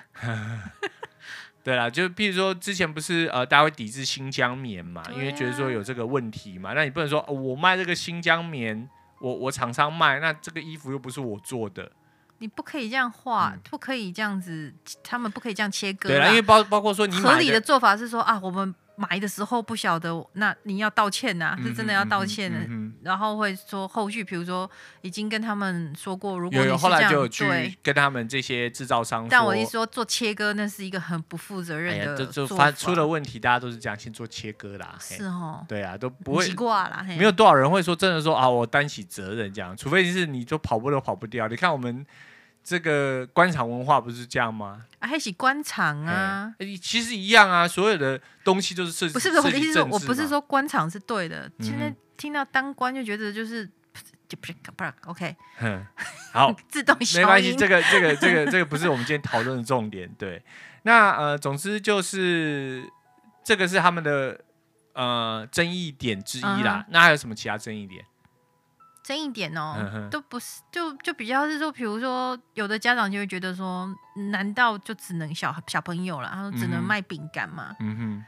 Speaker 1: 对啦，就譬如说之前不是呃，大家会抵制新疆棉嘛，
Speaker 2: 对啊
Speaker 1: 因为觉得说有这个问题嘛，那你不能说、哦我卖这个新疆棉，我我厂商卖，那这个衣服又不是我做的，
Speaker 2: 你不可以这样画，
Speaker 1: 嗯
Speaker 2: 不可以这样子，他们不可以这样切割
Speaker 1: 对啦，
Speaker 2: 啦。
Speaker 1: 因为包包括说你
Speaker 2: 合
Speaker 1: 买
Speaker 2: 理的做法是说啊，我们买的时候不晓得，那你要道歉呐、
Speaker 1: 嗯
Speaker 2: 是真的要道歉的。
Speaker 1: 嗯哼
Speaker 2: 然后会说后续，比如说已经跟他们说过，如果
Speaker 1: 有
Speaker 2: 你
Speaker 1: 有，
Speaker 2: 是
Speaker 1: 后
Speaker 2: 这
Speaker 1: 来
Speaker 2: 样
Speaker 1: 就有
Speaker 2: 对
Speaker 1: 去，跟他们这些制造商说，
Speaker 2: 但我一说做切割，那是一个很不负责
Speaker 1: 哎
Speaker 2: 任
Speaker 1: 呀，
Speaker 2: 的
Speaker 1: 这就
Speaker 2: 做
Speaker 1: 发
Speaker 2: 法
Speaker 1: 出了问题，大家都是这样先做切割啦，嘿
Speaker 2: 是哦，
Speaker 1: 对啊，都不会
Speaker 2: 奇怪啦，嘿
Speaker 1: 没有多少人会说真的说啊，我担起责任这样，除非是你就跑步都跑不掉。你看我们这个官场文化不是这样吗？
Speaker 2: 啊，还是官场啊。
Speaker 1: 哎，其实一样啊，所有的东西都是涉及
Speaker 2: 不是不是我的
Speaker 1: 涉及
Speaker 2: 意思是说，
Speaker 1: 政
Speaker 2: 我
Speaker 1: 治
Speaker 2: 不是
Speaker 1: 嘛
Speaker 2: 说官场是对的。现在
Speaker 1: 嗯
Speaker 2: 听到当官就觉得就是 OK，
Speaker 1: 哼， 好，
Speaker 2: 自动消
Speaker 1: 没
Speaker 2: 音。
Speaker 1: 关系，这个这个这个 这个不是我们今天讨论的重点。对，那呃，总之就是这个是他们的呃争议点之一
Speaker 2: 啊
Speaker 1: 啦。那还有什么其他争议点？
Speaker 2: 争议点哦，
Speaker 1: 嗯哼
Speaker 2: 都不是，就就比较是说，比如说有的家长就会觉得说，难道就只能小小朋友了？他说只
Speaker 1: 嗯
Speaker 2: 能
Speaker 1: 哼
Speaker 2: 卖饼干嘛？
Speaker 1: 嗯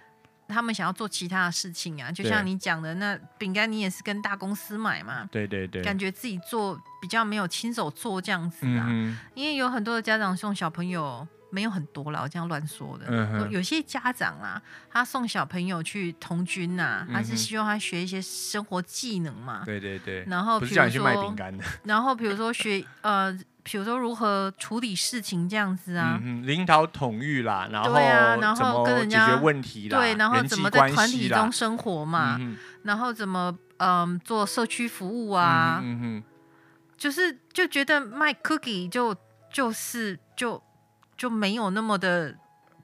Speaker 2: 他们想要做其他的事情啊，就
Speaker 1: 对
Speaker 2: 像你讲的，那饼干你也是跟大公司买嘛
Speaker 1: 哼，，对对对，
Speaker 2: 感觉自己做比较没有亲手做这样子啊，
Speaker 1: 嗯哼，
Speaker 2: 因为有很多的家长送小朋友。没有很多啦，我这样乱说的。
Speaker 1: 嗯哼
Speaker 2: 有些家长啊，他送小朋友去童军呐、啊，他
Speaker 1: 嗯哼
Speaker 2: 是希望他学一些生活技能嘛。
Speaker 1: 对对对，
Speaker 2: 啊然后
Speaker 1: 不
Speaker 2: 比
Speaker 1: 是
Speaker 2: 如
Speaker 1: 叫
Speaker 2: 说
Speaker 1: 你去卖饼干的。
Speaker 2: 然后比如说学呃，比如说如何处理事情这样子啊
Speaker 1: 嗯，哼，领导统御啦，然
Speaker 2: 对啊然后
Speaker 1: 怎么
Speaker 2: 跟人
Speaker 1: 解
Speaker 2: 家
Speaker 1: 决问题啦，
Speaker 2: 对，然后
Speaker 1: 人
Speaker 2: 怎
Speaker 1: 际
Speaker 2: 么在
Speaker 1: 关
Speaker 2: 团
Speaker 1: 系
Speaker 2: 体
Speaker 1: 啦
Speaker 2: 中，生活嘛，
Speaker 1: 嗯哼
Speaker 2: 然后怎么嗯、做社区服务啊，
Speaker 1: 嗯哼嗯哼，
Speaker 2: 就是就觉得卖 cookie 就就是就就没有那么的。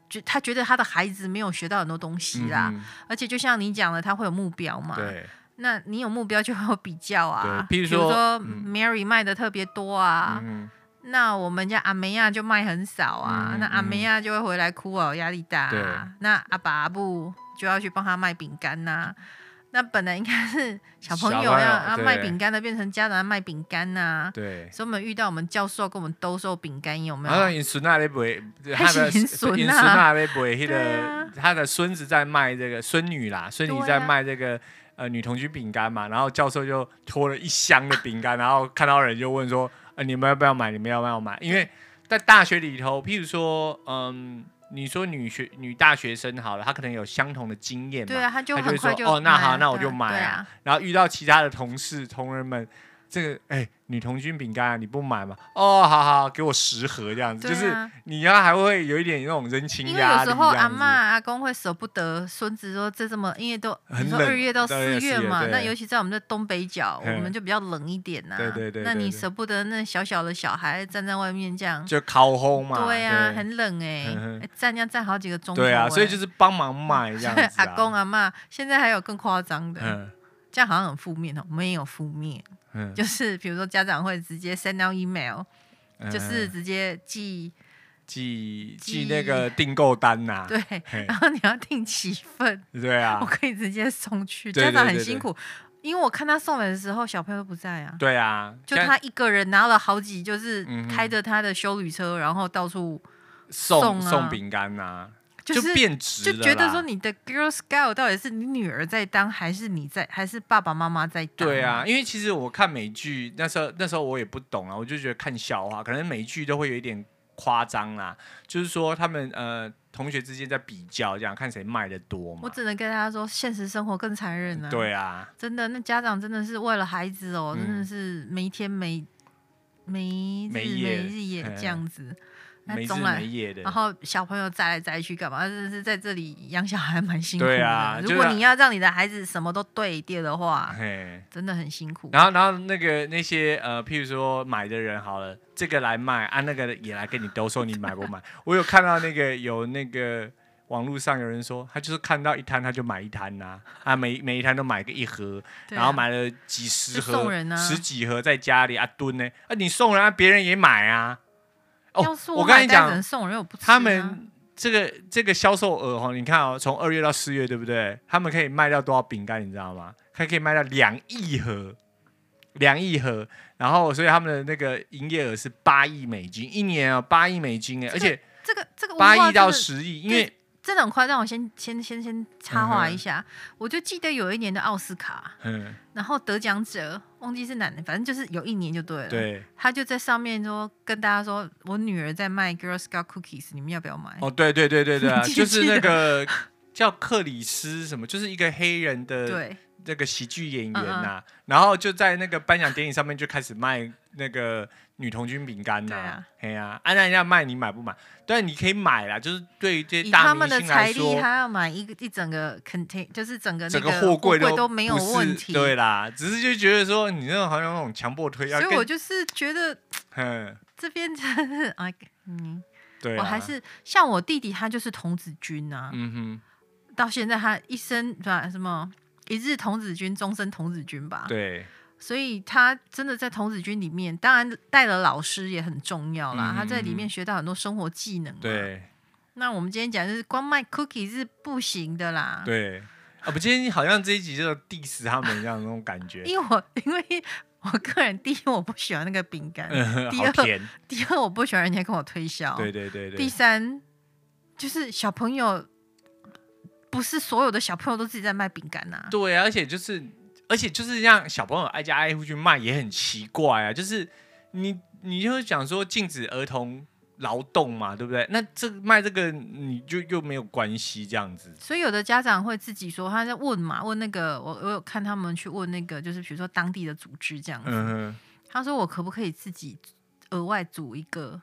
Speaker 2: 就他觉得他的孩子没有学到很多东西啦，
Speaker 1: 嗯
Speaker 2: 而且就像你讲的，他会有目标嘛
Speaker 1: 哼，。对，
Speaker 2: 那你有目标就会有比较啊，
Speaker 1: 对譬如
Speaker 2: 比如
Speaker 1: 说
Speaker 2: 说
Speaker 1: 嗯
Speaker 2: Mary 卖的特别多啊，
Speaker 1: 嗯
Speaker 2: 那我们家阿梅亚就卖很少啊，
Speaker 1: 嗯
Speaker 2: 那阿梅亚就会回来哭哦，压力大、
Speaker 1: 对
Speaker 2: 啊。那阿爸阿布就要去帮他卖饼干呐、那本来应该是小朋友
Speaker 1: 小
Speaker 2: 要
Speaker 1: 朋友
Speaker 2: 要
Speaker 1: 对
Speaker 2: 卖饼干的，变成家长要卖饼干呐
Speaker 1: 哼、对。
Speaker 2: 所以我们遇到我们教授跟我们兜售饼干有没
Speaker 1: 然后
Speaker 2: 有？
Speaker 1: 尹孙啊那咧 卖，
Speaker 2: 还
Speaker 1: 他
Speaker 2: 是
Speaker 1: 的
Speaker 2: 尹孙啊
Speaker 1: 尹孙那咧卖迄
Speaker 2: 对
Speaker 1: 个
Speaker 2: 啊
Speaker 1: 他的孙子在卖这个孙女啦，孙女
Speaker 2: 对啊
Speaker 1: 在卖这个呃女童军饼干嘛，然后教授就拖了一箱的饼干，然后看到人就问说，呃你们要不要买？你们要不要买？因为在大学里头，譬如说，嗯，你说女学女大学生好了，她可能有相同的经验嘛，
Speaker 2: 对啊，他就
Speaker 1: 他就会
Speaker 2: 很快
Speaker 1: 说
Speaker 2: 就
Speaker 1: 哦那好
Speaker 2: 买了
Speaker 1: 那我
Speaker 2: 对啊
Speaker 1: 就买啊
Speaker 2: 对啊。
Speaker 1: 然后遇到其他的同事同仁们，这个哎、女童军饼干、啊、你不买吗？哦，好好，给我十盒这样子，
Speaker 2: 对
Speaker 1: 就是
Speaker 2: 啊
Speaker 1: 你要还会有一点那种人情
Speaker 2: 因为
Speaker 1: 压
Speaker 2: 有
Speaker 1: 力
Speaker 2: 时候
Speaker 1: 这
Speaker 2: 阿
Speaker 1: 样子
Speaker 2: 嬷阿公会舍不得孙子说这这么，因为都
Speaker 1: 很
Speaker 2: 你说
Speaker 1: 冷
Speaker 2: 二月到
Speaker 1: 到
Speaker 2: 四
Speaker 1: 四月
Speaker 2: 月嘛，
Speaker 1: 对
Speaker 2: 那尤其在我们的东北角，
Speaker 1: 嗯
Speaker 2: 我们就比较冷一点呐、
Speaker 1: 对对对
Speaker 2: 那
Speaker 1: 对
Speaker 2: 你
Speaker 1: 对
Speaker 2: 舍不得那小小的小孩站在外面这样，
Speaker 1: 就烤烘嘛，
Speaker 2: 对啊，
Speaker 1: 对
Speaker 2: 很冷哎、
Speaker 1: 嗯哼
Speaker 2: 欸站要站好几个钟头、欸。、
Speaker 1: 对啊，所以就是帮忙卖这样子、啊
Speaker 2: 阿公阿嬷，现在还有更夸张的，
Speaker 1: 嗯
Speaker 2: 这样好像很负面哦，没有负面，
Speaker 1: 嗯，
Speaker 2: 就是比如说家长会直接 send out email，、
Speaker 1: 嗯
Speaker 2: 就是直接寄，
Speaker 1: 寄寄
Speaker 2: 寄
Speaker 1: 那个订购单呐、
Speaker 2: 对，
Speaker 1: 嘿
Speaker 2: 然后你要订几份。
Speaker 1: 对啊
Speaker 2: 我，可以直接送去，
Speaker 1: 对
Speaker 2: 家长
Speaker 1: 对
Speaker 2: 很
Speaker 1: 对
Speaker 2: 辛
Speaker 1: 对
Speaker 2: 苦，因为我看他送人的时候，小朋友都不在啊，
Speaker 1: 对啊，
Speaker 2: 就
Speaker 1: 现在
Speaker 2: 他一个人拿了好几，就是
Speaker 1: 嗯哼
Speaker 2: 开着他的修旅车，然后到处
Speaker 1: 送
Speaker 2: 送啊
Speaker 1: 送饼干呐，
Speaker 2: 就是
Speaker 1: 变质
Speaker 2: 就
Speaker 1: 了啦，
Speaker 2: 觉得说你的 Girl Scout 到底是你女儿在当，还是你在，还是爸爸妈妈在当？
Speaker 1: 对啊，，因为其实我看美剧那时候，那时候我也不懂啊，我就觉得看笑话，可能美剧都会有一点夸张啦，就是说他们呃同学之间在比较，这样看谁卖的多
Speaker 2: 我
Speaker 1: 嘛。
Speaker 2: 只能跟大家说，现实生活更残忍啊！，
Speaker 1: 对啊，
Speaker 2: 真的，那家长真的是为了孩子哦，
Speaker 1: 嗯
Speaker 2: 真的是没天没没日
Speaker 1: 没夜
Speaker 2: 没日夜
Speaker 1: 嗯
Speaker 2: 这样子，那
Speaker 1: 没日
Speaker 2: 总来
Speaker 1: 没夜的
Speaker 2: 然。后小朋友摘来摘去干嘛？真的是在这里养小孩蛮辛苦的。
Speaker 1: 对啊
Speaker 2: 如
Speaker 1: 就
Speaker 2: 果
Speaker 1: 是
Speaker 2: 你要让你的孩子什么都对掉的话，
Speaker 1: 嘿，
Speaker 2: 真的很辛苦。
Speaker 1: 然后然后那个那些呃，譬如说买的人好了，这个来卖啊，那个也来跟你兜售，你买不买？我有看到那个有那个。网络上有人说，他就是看到一摊他就买一摊呐、啊，每每一摊都买个一盒，
Speaker 2: 对啊
Speaker 1: 然后买了几十
Speaker 2: 就
Speaker 1: 盒，
Speaker 2: 送人啊
Speaker 1: 十几盒在家里啊蹲呢，啊你送人啊，别人也买啊。
Speaker 2: 要
Speaker 1: 哦
Speaker 2: 是，
Speaker 1: 我
Speaker 2: 买
Speaker 1: 跟你
Speaker 2: 带
Speaker 1: 讲
Speaker 2: 人，送人我不吃啊、
Speaker 1: 他们这个这个销售额哦，你看哦，从二月到四月，对不对？他们可以卖掉多少饼干，你知道吗？还可以卖掉两亿盒，两亿盒。然后，所以他们的那个营业额是八亿美金，一年啊、哦，八亿美金哎，而
Speaker 2: 这个
Speaker 1: 且
Speaker 2: 这个这个文化
Speaker 1: 八亿到
Speaker 2: 真的
Speaker 1: 十亿，因为
Speaker 2: 真的很快，让我先先先先插
Speaker 1: 嗯
Speaker 2: 话
Speaker 1: 哼
Speaker 2: 一下。我就记得有一年的奥斯卡，
Speaker 1: 嗯，
Speaker 2: 然后得奖者忘记是男的，反正就是有一年就对了。，
Speaker 1: 对，
Speaker 2: 他就在上面说跟大家说，我女儿在卖 Girl Scout cookies，你们要不要买？
Speaker 1: 哦，对对对对 对、啊，
Speaker 2: 你记
Speaker 1: 就
Speaker 2: 不
Speaker 1: 是
Speaker 2: 哎记
Speaker 1: 那
Speaker 2: 得
Speaker 1: 个叫克里斯什么，就是一个黑人的
Speaker 2: 对，
Speaker 1: 那个喜剧演员呐、
Speaker 2: 嗯
Speaker 1: 然后就在那个颁奖典礼上面就开始卖那个女童军饼干呐、
Speaker 2: 对啊
Speaker 1: 嘿呀、啊，按、人家卖你买不买？但你可以买啦，就是对于这些
Speaker 2: 以
Speaker 1: 大
Speaker 2: 他
Speaker 1: 明
Speaker 2: 们的
Speaker 1: 星
Speaker 2: 财
Speaker 1: 来
Speaker 2: 力，
Speaker 1: 说，
Speaker 2: 他要买一个一整个 contain，就是整个那
Speaker 1: 整个
Speaker 2: 货
Speaker 1: 柜
Speaker 2: 都
Speaker 1: 都
Speaker 2: 没有
Speaker 1: 不是
Speaker 2: 问题。
Speaker 1: 对啦，只是就觉得说你那种好像那种强迫推要
Speaker 2: 所以我
Speaker 1: 跟，
Speaker 2: 就是觉得
Speaker 1: 嗯，
Speaker 2: 这边真的是 啊，嗯，
Speaker 1: 对、啊，
Speaker 2: 我还是像我弟弟，他就是童子军啊，
Speaker 1: 嗯
Speaker 2: 到现在他一生对吧？什么一日童子军，终身童子军吧
Speaker 1: 哼，。对，
Speaker 2: 所以他真的在童子军里面，当然带了老师也很重要啦。
Speaker 1: 嗯
Speaker 2: 他在里面学到很多生活技能。，
Speaker 1: 对
Speaker 2: 嗯那我们今天讲就是光卖 cookie 是不行的啦。，
Speaker 1: 对啊，不，今天好像这一集就 diss 他们这样那种感觉，
Speaker 2: 因为我 因为我个人第一我不喜欢那个饼干，
Speaker 1: 嗯，
Speaker 2: 第二
Speaker 1: 好甜，
Speaker 2: 第二我不喜欢人家跟我推销，
Speaker 1: 对对对
Speaker 2: 第
Speaker 1: 对，
Speaker 2: 三就是小朋友不是所有的小朋友都自己在卖饼干呐、
Speaker 1: 对啊，而且就是而且就是让小朋友挨家挨户去卖也很奇怪啊，就是你你就会讲说禁止儿童劳动嘛，对不对？那这个卖这个你就又没有关系这样子，
Speaker 2: 所以有的家长会自己说，他在问嘛，问那个我我有看他们去问那个，就是比如说当地的组织这样子，
Speaker 1: 嗯哼。
Speaker 2: 他说我可不可以自己额外组一个，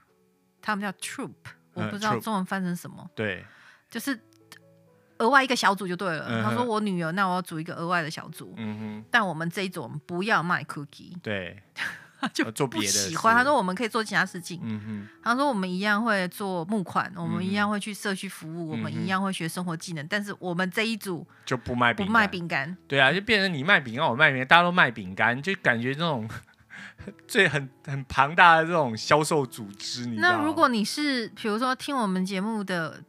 Speaker 2: 他们叫 troop，我
Speaker 1: 嗯
Speaker 2: 不知道
Speaker 1: troop
Speaker 2: 中文翻成什么，
Speaker 1: 对，
Speaker 2: 就是额外一个小组就对了。
Speaker 1: 嗯哼
Speaker 2: 他说我女儿，那我要组一个额外的小组，
Speaker 1: 嗯哼，
Speaker 2: 但我们这一组我们不要卖 cookie，
Speaker 1: 对，
Speaker 2: 他就
Speaker 1: 呃做
Speaker 2: 不
Speaker 1: 别的
Speaker 2: 喜
Speaker 1: 事
Speaker 2: 欢。他说我们可以做其他事情，
Speaker 1: 嗯
Speaker 2: 他说我们一样会做募款，我们
Speaker 1: 嗯
Speaker 2: 一样会去社区服务，我们
Speaker 1: 嗯哼
Speaker 2: 一样会学生活技能，但是我们这一组
Speaker 1: 哼，就不卖
Speaker 2: 不
Speaker 1: 饼，
Speaker 2: 卖，饼干。
Speaker 1: 对啊，就变成你卖饼干，我卖饼干，大家都卖饼干，就感觉这种 最很很庞大的这种销售组织，你知道
Speaker 2: 那
Speaker 1: 吗
Speaker 2: 如果你是比如说听我们节目的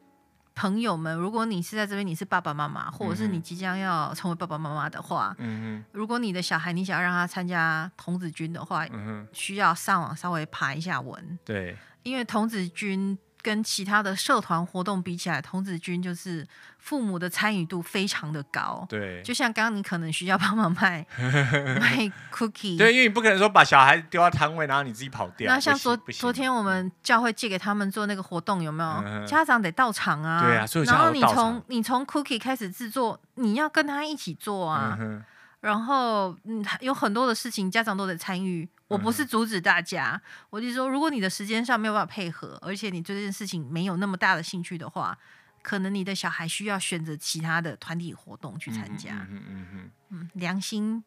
Speaker 2: 朋友们，如果你是在这边，你是爸爸妈妈，或者是
Speaker 1: 嗯哼
Speaker 2: 你即将要成为爸爸妈妈的话，
Speaker 1: 嗯
Speaker 2: 如果你的小孩你想要让他参加童子军的话
Speaker 1: 哼，，嗯哼，
Speaker 2: 需要上网稍微爬一下文，
Speaker 1: 对，
Speaker 2: 因为童子军。跟其他的社团活动比起来，童子军就是父母的参与度非常的高。
Speaker 1: 对，
Speaker 2: 就像刚刚你可能需要帮忙 卖卖 cookie，
Speaker 1: 对，因为你不可能说把小孩丢到摊位，然后你自己跑掉，
Speaker 2: 那像
Speaker 1: 不行
Speaker 2: 昨
Speaker 1: 不行
Speaker 2: 昨天我们教会借给他们做那个活动，有没有？
Speaker 1: 嗯哼
Speaker 2: 家长得到场啊。
Speaker 1: 对啊所有家
Speaker 2: 然
Speaker 1: 长
Speaker 2: 后
Speaker 1: 都
Speaker 2: 你
Speaker 1: 到
Speaker 2: 从
Speaker 1: 场
Speaker 2: 你从 cookie 开始制作，你要跟他一起做啊。
Speaker 1: 嗯哼，
Speaker 2: 然后嗯，有很多的事情家长都得参与。我不
Speaker 1: 嗯
Speaker 2: 是阻止大家，我就说，如果你的时间上没有办法配合，而且你对这件事情没有那么大的兴趣的话，可能你的小孩需要选择其他的团体活动去参加。
Speaker 1: 嗯哼嗯哼，
Speaker 2: 嗯，良心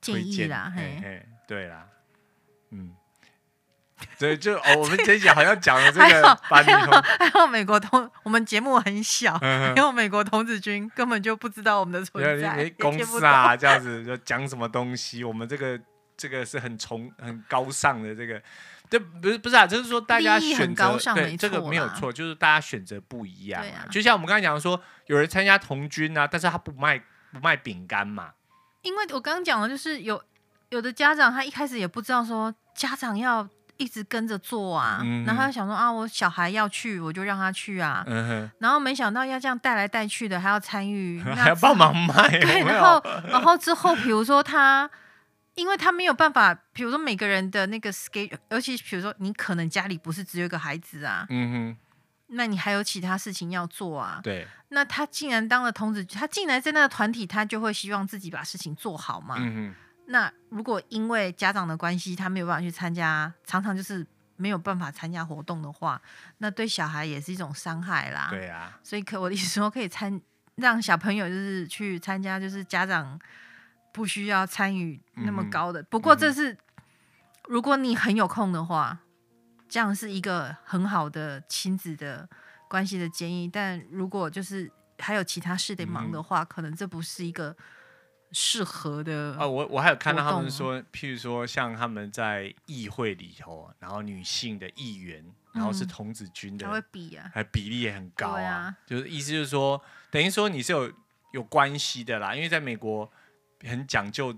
Speaker 1: 推
Speaker 2: 建议
Speaker 1: 荐
Speaker 2: 啦，
Speaker 1: 嘿
Speaker 2: 嘿，
Speaker 1: 嘿，对啦，嗯。对，就哦，我们这一集好像讲了这
Speaker 2: 还有
Speaker 1: 个，把你从
Speaker 2: 还有 美国同我们节目很小，
Speaker 1: 嗯
Speaker 2: 因为美国童子军根本就不知道我们的存
Speaker 1: 对，
Speaker 2: 在，
Speaker 1: 你
Speaker 2: 也
Speaker 1: 你公
Speaker 2: 见不
Speaker 1: 司
Speaker 2: 到
Speaker 1: 啊，这样子就讲什么东西，我们这个这个是很崇很高尚的这个，对，不是不是啊，就是说大家
Speaker 2: 利益很
Speaker 1: 选择
Speaker 2: 高尚
Speaker 1: 对
Speaker 2: 没
Speaker 1: 这个
Speaker 2: 错
Speaker 1: 没有
Speaker 2: 啦
Speaker 1: 错，就是大家选择不一样、
Speaker 2: 对啊
Speaker 1: 就像我们刚才讲说，有人参加童军啊，但是他不卖不卖饼干嘛，
Speaker 2: 因为我刚刚讲的就是有有的家长他一开始也不知道说家长要一直跟着做啊，
Speaker 1: 嗯
Speaker 2: 然后他就想说啊，我小孩要去我就让他去啊，
Speaker 1: 嗯
Speaker 2: 然后没想到要这样带来带去的还要 参与，
Speaker 1: 哼，
Speaker 2: 那
Speaker 1: 还要帮忙卖，
Speaker 2: 对，
Speaker 1: 有没有
Speaker 2: 然后然后之后，比如说他，因为他没有办法，比如说每个人的那个 schedule，尤其比如说你可能家里不是只有一个孩子啊，
Speaker 1: 嗯
Speaker 2: 那你还有其他事情要做啊
Speaker 1: 哼，。对，
Speaker 2: 那他竟然当了童子，他竟然在那个团体，他就会希望自己把事情做好嘛。
Speaker 1: 嗯哼，
Speaker 2: 那如果因为家长的关系，他没有办法去参加，常常就是没有办法参加活动的话，那对小孩也是一种伤害啦。
Speaker 1: 对啊，
Speaker 2: 所以可我的意思说，可以参让小朋友就是去参加，就是家长不需要参与那么高的。不过这是、如果你很有空的话，这样是一个很好的亲子的关系的建议。但如果就是还有其他事得忙的话，可能这不是一个适合的。
Speaker 1: 啊，我我还有看到
Speaker 2: 活
Speaker 1: 他
Speaker 2: 动
Speaker 1: 们
Speaker 2: 啊
Speaker 1: 说，譬如说像他们在议会里头，然后女性的议员，然后是
Speaker 2: 嗯
Speaker 1: 童子军的
Speaker 2: 他会比啊，
Speaker 1: 还比例也很高
Speaker 2: 对
Speaker 1: 啊，
Speaker 2: 啊
Speaker 1: 就是意思就是说，等于说你是有有关系的啦，因为在美国很讲究，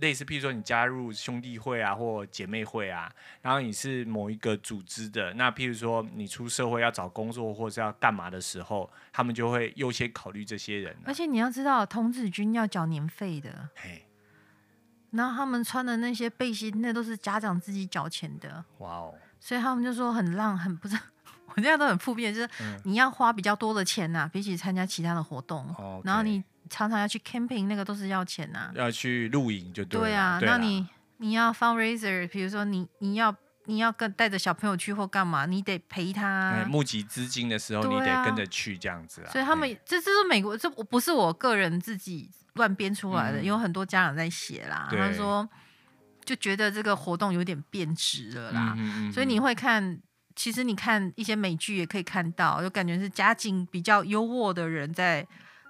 Speaker 1: 类似譬如说你加入兄弟会啊或姐妹会啊，然后你是某一个组织的，那譬如说你出社会要找工作或是要干嘛的时候，他们就会优先考虑这些人、啊
Speaker 2: 而。且你要知道，童子军要缴年费的，
Speaker 1: 嘿，
Speaker 2: 然后他们穿的那些背心，那都是家长自己缴钱的。
Speaker 1: 哇哦，
Speaker 2: 所以他们就说很浪，很不是， 我现在都很负面，就是
Speaker 1: 嗯
Speaker 2: 你要花比较多的钱呐、比起参加其他的活动，
Speaker 1: 哦 OK
Speaker 2: 然后你常常要去 camping，那个都是要钱呐、
Speaker 1: 要去露营就对了，对
Speaker 2: 啊，那
Speaker 1: 啦
Speaker 2: 你你要 fundraiser，比如说你你要你要跟带着小朋友去或干嘛，你得陪他啊、
Speaker 1: 哎募集资金的时候，
Speaker 2: 对
Speaker 1: 你得
Speaker 2: 啊
Speaker 1: 跟着去这样子啊。
Speaker 2: 所以他们
Speaker 1: 嘿
Speaker 2: 这这是美国，这我不是我个人自己乱编出来的，
Speaker 1: 嗯
Speaker 2: 有很多家长在写啦，
Speaker 1: 对
Speaker 2: 他说就觉得这个活动有点变质了啦，
Speaker 1: 嗯哼嗯哼
Speaker 2: 所以你会看，其实你看一些美剧也可以看到，就感觉是家境比较优渥的人在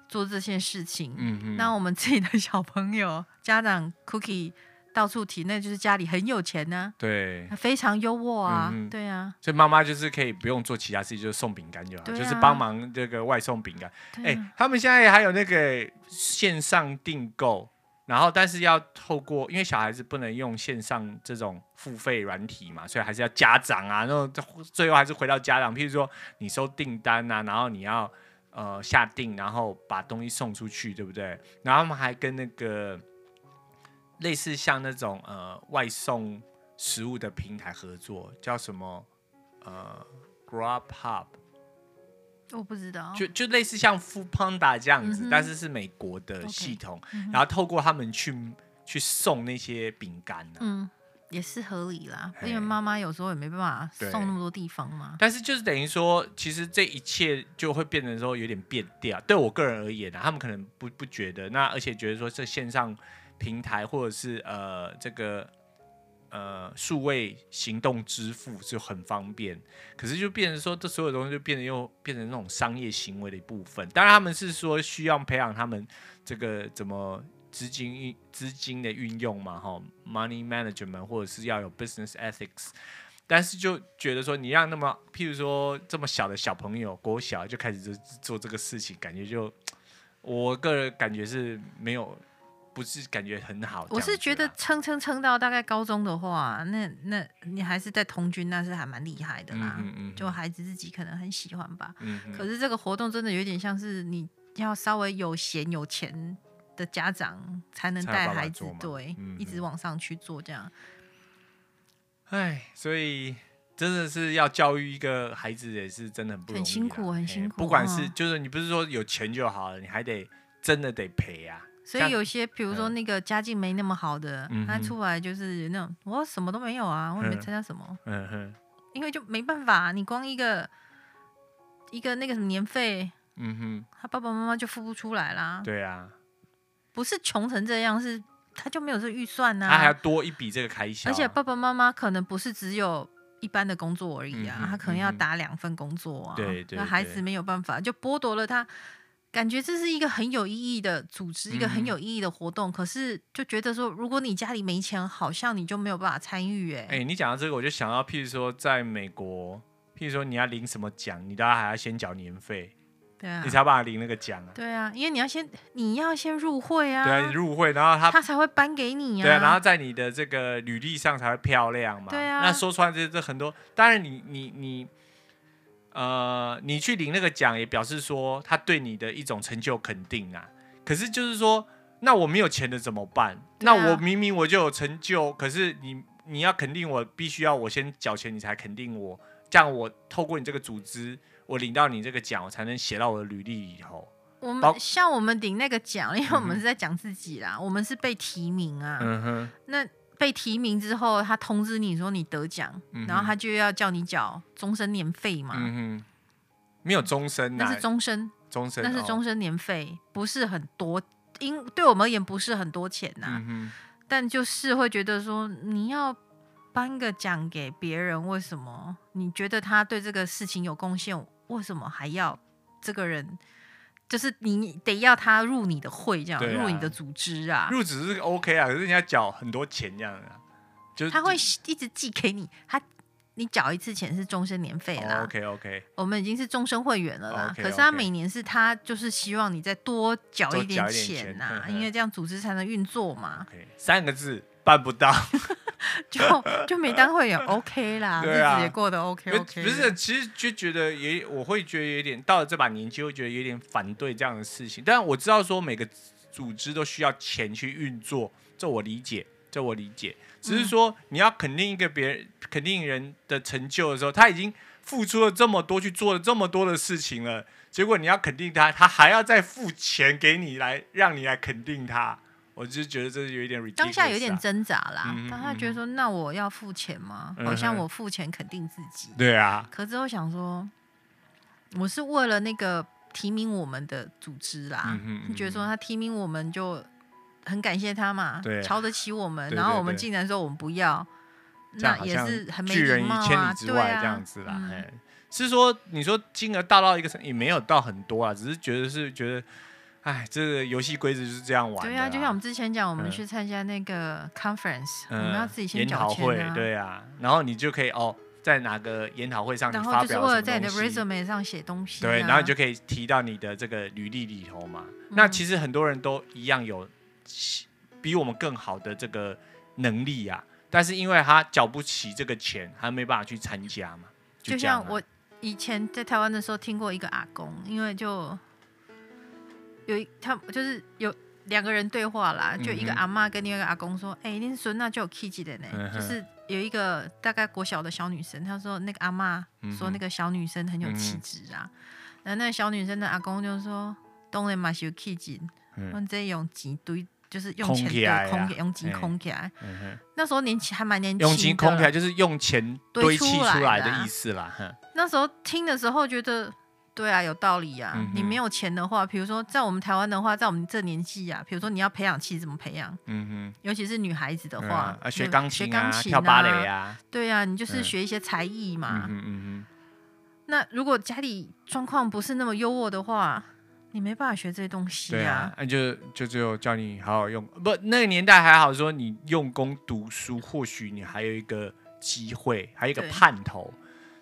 Speaker 2: 做这些事情。
Speaker 1: 嗯哼
Speaker 2: 那我们自己的小朋友、家长 Cookie 到处提，那就是家里很有钱呢、
Speaker 1: 对，
Speaker 2: 非常优渥啊，
Speaker 1: 嗯哼
Speaker 2: 对啊，
Speaker 1: 所以妈妈就是可以不用做其他事，就是送饼干就好，
Speaker 2: 对啊
Speaker 1: 就是帮忙这个外送饼干。哎、
Speaker 2: 对啊，
Speaker 1: 他们现在还有那个线上订购，然后但是要透过，因为小孩子不能用线上这种付费软体嘛，所以还是要家长啊，那种最后还是回到家长。譬如说你收订单啊，然后你要呃下订，然后把东西送出去，对不对？然后他们还跟那个类似像那种呃外送食物的平台合作，叫什么呃 Grubhub。
Speaker 2: 我不知道，
Speaker 1: 就就类似像 Food Panda 这样子，
Speaker 2: 哦嗯哼嗯
Speaker 1: 但是是美国的系统，然后透过他们去去送那些饼干啊。
Speaker 2: 嗯，也是合理啦，
Speaker 1: 嘿
Speaker 2: 因为妈妈有时候也没办法
Speaker 1: 对
Speaker 2: 送那么多地方嘛，
Speaker 1: 但是就是等于说，其实这一切就会变成说有点变调。对我个人而言啊，他们可能不不觉得，那而且觉得说这线上平台或者是呃这个呃数位行动支付就很方便，可是就变成说这所有东西就变得又变成那种商业行为的一部分。当然他们是说需要培养他们这个怎么。资金运资金的运用嘛，哈，money management 或者是要有 business ethics，但是就觉得说，你让那么，譬如说这么小的小朋友，国小就开始做做这个事情，感觉就我个人感觉是没有，不是感觉很好。
Speaker 2: 我是觉
Speaker 1: 这
Speaker 2: 得
Speaker 1: 样子
Speaker 2: 撑撑撑到大概高中的话，那那你还是在童军，那是还蛮厉害的
Speaker 1: 啊，
Speaker 2: 啦。
Speaker 1: 嗯嗯嗯，
Speaker 2: 就孩子自己可能很喜欢吧。
Speaker 1: 嗯嗯
Speaker 2: 可是这个活动真的有点像是你要稍微有闲有钱的家长才能
Speaker 1: 才有
Speaker 2: 带
Speaker 1: 办法
Speaker 2: 孩子
Speaker 1: 做嘛
Speaker 2: 对，
Speaker 1: 嗯
Speaker 2: 一直
Speaker 1: 嗯
Speaker 2: 往上去做这样。
Speaker 1: 唉，所以真的是要教育一个孩子，也是真的很不容易啦，
Speaker 2: 很辛苦很
Speaker 1: 嘿
Speaker 2: 辛苦
Speaker 1: 不管是
Speaker 2: 嗯
Speaker 1: 就是你不是说有钱就好了，你还得真的得赔啊。
Speaker 2: 所
Speaker 1: 像
Speaker 2: 以有些，比如说
Speaker 1: 嗯
Speaker 2: 那个家境没那么好的，
Speaker 1: 嗯
Speaker 2: 他
Speaker 1: 哼
Speaker 2: 出来就是那种我什么都没有啊，我也没
Speaker 1: 嗯
Speaker 2: 参加什么，
Speaker 1: 嗯哼，
Speaker 2: 因为就没办法，你光一个一个那个什么年费，
Speaker 1: 嗯哼，
Speaker 2: 他爸爸妈妈就付不出来啦。
Speaker 1: 对啊，
Speaker 2: 不是穷成这样，是他就没有这预算呐、
Speaker 1: 他还要多一笔这个开销啊，
Speaker 2: 而且爸爸妈妈可能不是只有一般的工作而已啊，
Speaker 1: 嗯哼
Speaker 2: 他可能要
Speaker 1: 嗯哼
Speaker 2: 打两份工作啊。
Speaker 1: 对对
Speaker 2: 那孩子
Speaker 1: 对
Speaker 2: 没有办法，就剥夺了他。感觉这是一个很有意义的组织，一个
Speaker 1: 嗯
Speaker 2: 很
Speaker 1: 哼
Speaker 2: 有意义的活动。可是就觉得说，如果你家里没钱，好像你就没有办法参与、
Speaker 1: 哎、
Speaker 2: 哎、
Speaker 1: 你讲到这个，我就想到，譬如说，在美国，譬如说你要领什么奖，你大概还要先缴年费，
Speaker 2: 对啊
Speaker 1: 你，才有办法领那个奖啊。
Speaker 2: 对啊，因为你要先，你要先入会啊，
Speaker 1: 对啊，你入会，然后他，
Speaker 2: 他才会颁给你啊。
Speaker 1: 对啊，然后在你的这个履历上才会漂亮嘛。
Speaker 2: 对啊
Speaker 1: 那说穿了这这很多，当然你你你，呃，你去领那个奖，也表示说他对你的一种成就肯定啊。可是就是说，那我没有钱的怎么办？
Speaker 2: 对啊
Speaker 1: 那我明明我就有成就，可是你你要肯定我，必须要我先缴钱，你才肯定我，这样我透过你这个组织，我领到你这个奖，我才能写到我的履历里头。
Speaker 2: 我
Speaker 1: 包
Speaker 2: 们像我们领那个奖，因为我
Speaker 1: 嗯
Speaker 2: 们
Speaker 1: 哼
Speaker 2: 是在讲自己啦，我们是被提名啊。
Speaker 1: 嗯哼，
Speaker 2: 那被提名之后，他通知你说你得奖，
Speaker 1: 嗯哼
Speaker 2: 然后他就要叫你缴终身年费嘛。
Speaker 1: 嗯哼，没有终身呐、
Speaker 2: 那是终身，
Speaker 1: 终身，
Speaker 2: 那是
Speaker 1: 哦
Speaker 2: 终身年费，不是很多，因对我们而言不是很多钱呐、
Speaker 1: 嗯
Speaker 2: 但就是会觉得说你要颁个奖给别人，为什么？你觉得他对这个事情有贡献，为什么还要这个人？就是你得要他入你的会，这样、
Speaker 1: 对啊
Speaker 2: 入你的组织啊
Speaker 1: 哼，，入职是 OK 啊，可是你要缴很多钱这样啊，就是
Speaker 2: 他会一直寄给你，他你缴一次钱是终身年费啦。
Speaker 1: OK OK，
Speaker 2: 我们已经是终身会员了
Speaker 1: 哦
Speaker 2: 啦。
Speaker 1: OK，
Speaker 2: 可是他
Speaker 1: OK
Speaker 2: 每年是他就是希望你再多缴
Speaker 1: 多
Speaker 2: 一
Speaker 1: 缴一点
Speaker 2: 钱呐、
Speaker 1: 钱呵 呵
Speaker 2: 因为这样组织才能运作嘛。
Speaker 1: OK，三个字办不到，
Speaker 2: 就就每当会员 OK 啦，
Speaker 1: 对啊
Speaker 2: 日子也过得 OK
Speaker 1: 不
Speaker 2: OK。
Speaker 1: 不是，，其实就觉得也，我会觉得有点到了这把年纪，会觉得有点反对这样的事情。但我知道说每个组织都需要钱去运作，这我理解，这我理解。只
Speaker 2: 嗯
Speaker 1: 是说你要肯定一个别人肯定人的成就的时候，他已经付出了这么多，去做了这么多的事情了，结果你要肯定他，他还要再付钱给你来让你来肯定他，我就觉得这有一点 ridiculous 啊、
Speaker 2: 当下有点挣扎啦，
Speaker 1: 嗯哼
Speaker 2: 当下觉得说，那我要付钱吗？
Speaker 1: 嗯哼
Speaker 2: 好像我付钱肯定自己，
Speaker 1: 对啊，
Speaker 2: 可之后想说，我是为了那个提名我们的组织啦，
Speaker 1: 嗯哼嗯哼
Speaker 2: 觉得说他提名我们就很感谢他嘛，
Speaker 1: 对
Speaker 2: 瞧得起我们，
Speaker 1: 对
Speaker 2: 然后
Speaker 1: 对
Speaker 2: 我们
Speaker 1: 对
Speaker 2: 竟然说我们不要，
Speaker 1: 这样
Speaker 2: 那
Speaker 1: 好
Speaker 2: 也
Speaker 1: 像
Speaker 2: 是很没
Speaker 1: 拒人
Speaker 2: 礼
Speaker 1: 于
Speaker 2: 貌
Speaker 1: 千
Speaker 2: 啊，
Speaker 1: 里之
Speaker 2: 对
Speaker 1: 外
Speaker 2: 啊，
Speaker 1: 这样子啦。
Speaker 2: 嗯
Speaker 1: 哎、是说你说金额大到一个程，也没有到很多啊，只是觉得是觉得，哎，这个游戏规则就是这样玩的
Speaker 2: 对
Speaker 1: 啦。
Speaker 2: 啊，就像我们之前讲，我们
Speaker 1: 嗯
Speaker 2: 去参加那个 conference，、
Speaker 1: 嗯
Speaker 2: 我们要自己先
Speaker 1: 研
Speaker 2: 缴
Speaker 1: 讨会
Speaker 2: 钱啊。，
Speaker 1: 对啊，然后你就可以哦，在哪个研讨会上你
Speaker 2: 然
Speaker 1: 发
Speaker 2: 后就是
Speaker 1: 表
Speaker 2: 为
Speaker 1: 了
Speaker 2: 了
Speaker 1: 什
Speaker 2: 在
Speaker 1: 么
Speaker 2: 你的
Speaker 1: 东西，
Speaker 2: resume 上写东西、啊。嗯
Speaker 1: 对，然后你就可以提到你的这个履历里头嘛。那其实很多人都一样有比我们更好的这个能力啊，但是因为他缴不起这个钱，他没办法去参加嘛。
Speaker 2: 就
Speaker 1: 这样
Speaker 2: 像
Speaker 1: 啊
Speaker 2: 我以前在台湾的时候听过一个阿公，因为就有一他就是有两个人对话啦，就一个
Speaker 1: 嗯哼
Speaker 2: 阿妈跟另外一个阿公说：“哎、恁孙那就有 K 级的呢。
Speaker 1: 嗯哼
Speaker 2: 就是有一个大概国小的小女生，她说那个阿妈说那个小女生很有气质
Speaker 1: 嗯
Speaker 2: 啊，然后那个小女生的阿公就说：“当然嘛是有气质，
Speaker 1: 嗯
Speaker 2: 我们这用钱堆就是用
Speaker 1: 空
Speaker 2: 钱
Speaker 1: 起来
Speaker 2: 堆空
Speaker 1: 啊
Speaker 2: 起用钱
Speaker 1: 嘿
Speaker 2: 空起来。
Speaker 1: 嗯哼
Speaker 2: 那时候年轻还蛮年轻的，
Speaker 1: 用钱空起来就是用钱堆
Speaker 2: 堆
Speaker 1: 砌
Speaker 2: 出
Speaker 1: 出
Speaker 2: 来
Speaker 1: 来
Speaker 2: 的啊
Speaker 1: 的意思啦。哼
Speaker 2: 那时候听的时候觉得，对啊，有道理啊。
Speaker 1: 嗯哼
Speaker 2: 你没有钱的话，比如说在我们台湾的话，在我们这年纪啊，比如说你要培养气怎么培养，
Speaker 1: 嗯
Speaker 2: 尤其是女孩子的
Speaker 1: 哼，嗯
Speaker 2: 话
Speaker 1: 啊，啊学
Speaker 2: 对
Speaker 1: 钢
Speaker 2: 学
Speaker 1: 琴
Speaker 2: 钢
Speaker 1: 啊，
Speaker 2: 琴
Speaker 1: 跳
Speaker 2: 啊
Speaker 1: 芭蕾，啊，
Speaker 2: 对啊，你就是
Speaker 1: 嗯
Speaker 2: 学一些才艺
Speaker 1: 嗯
Speaker 2: 嘛。
Speaker 1: 哼嗯
Speaker 2: 那如果家里状况不是那么优渥的话，你没办法学这些东
Speaker 1: 哼，
Speaker 2: 西
Speaker 1: 对啊
Speaker 2: 啊，
Speaker 1: 那就就只有叫你好好用，不，那个年代还好说，你用功读书，或许你还有一个机会，还有一个
Speaker 2: 对
Speaker 1: 盼头。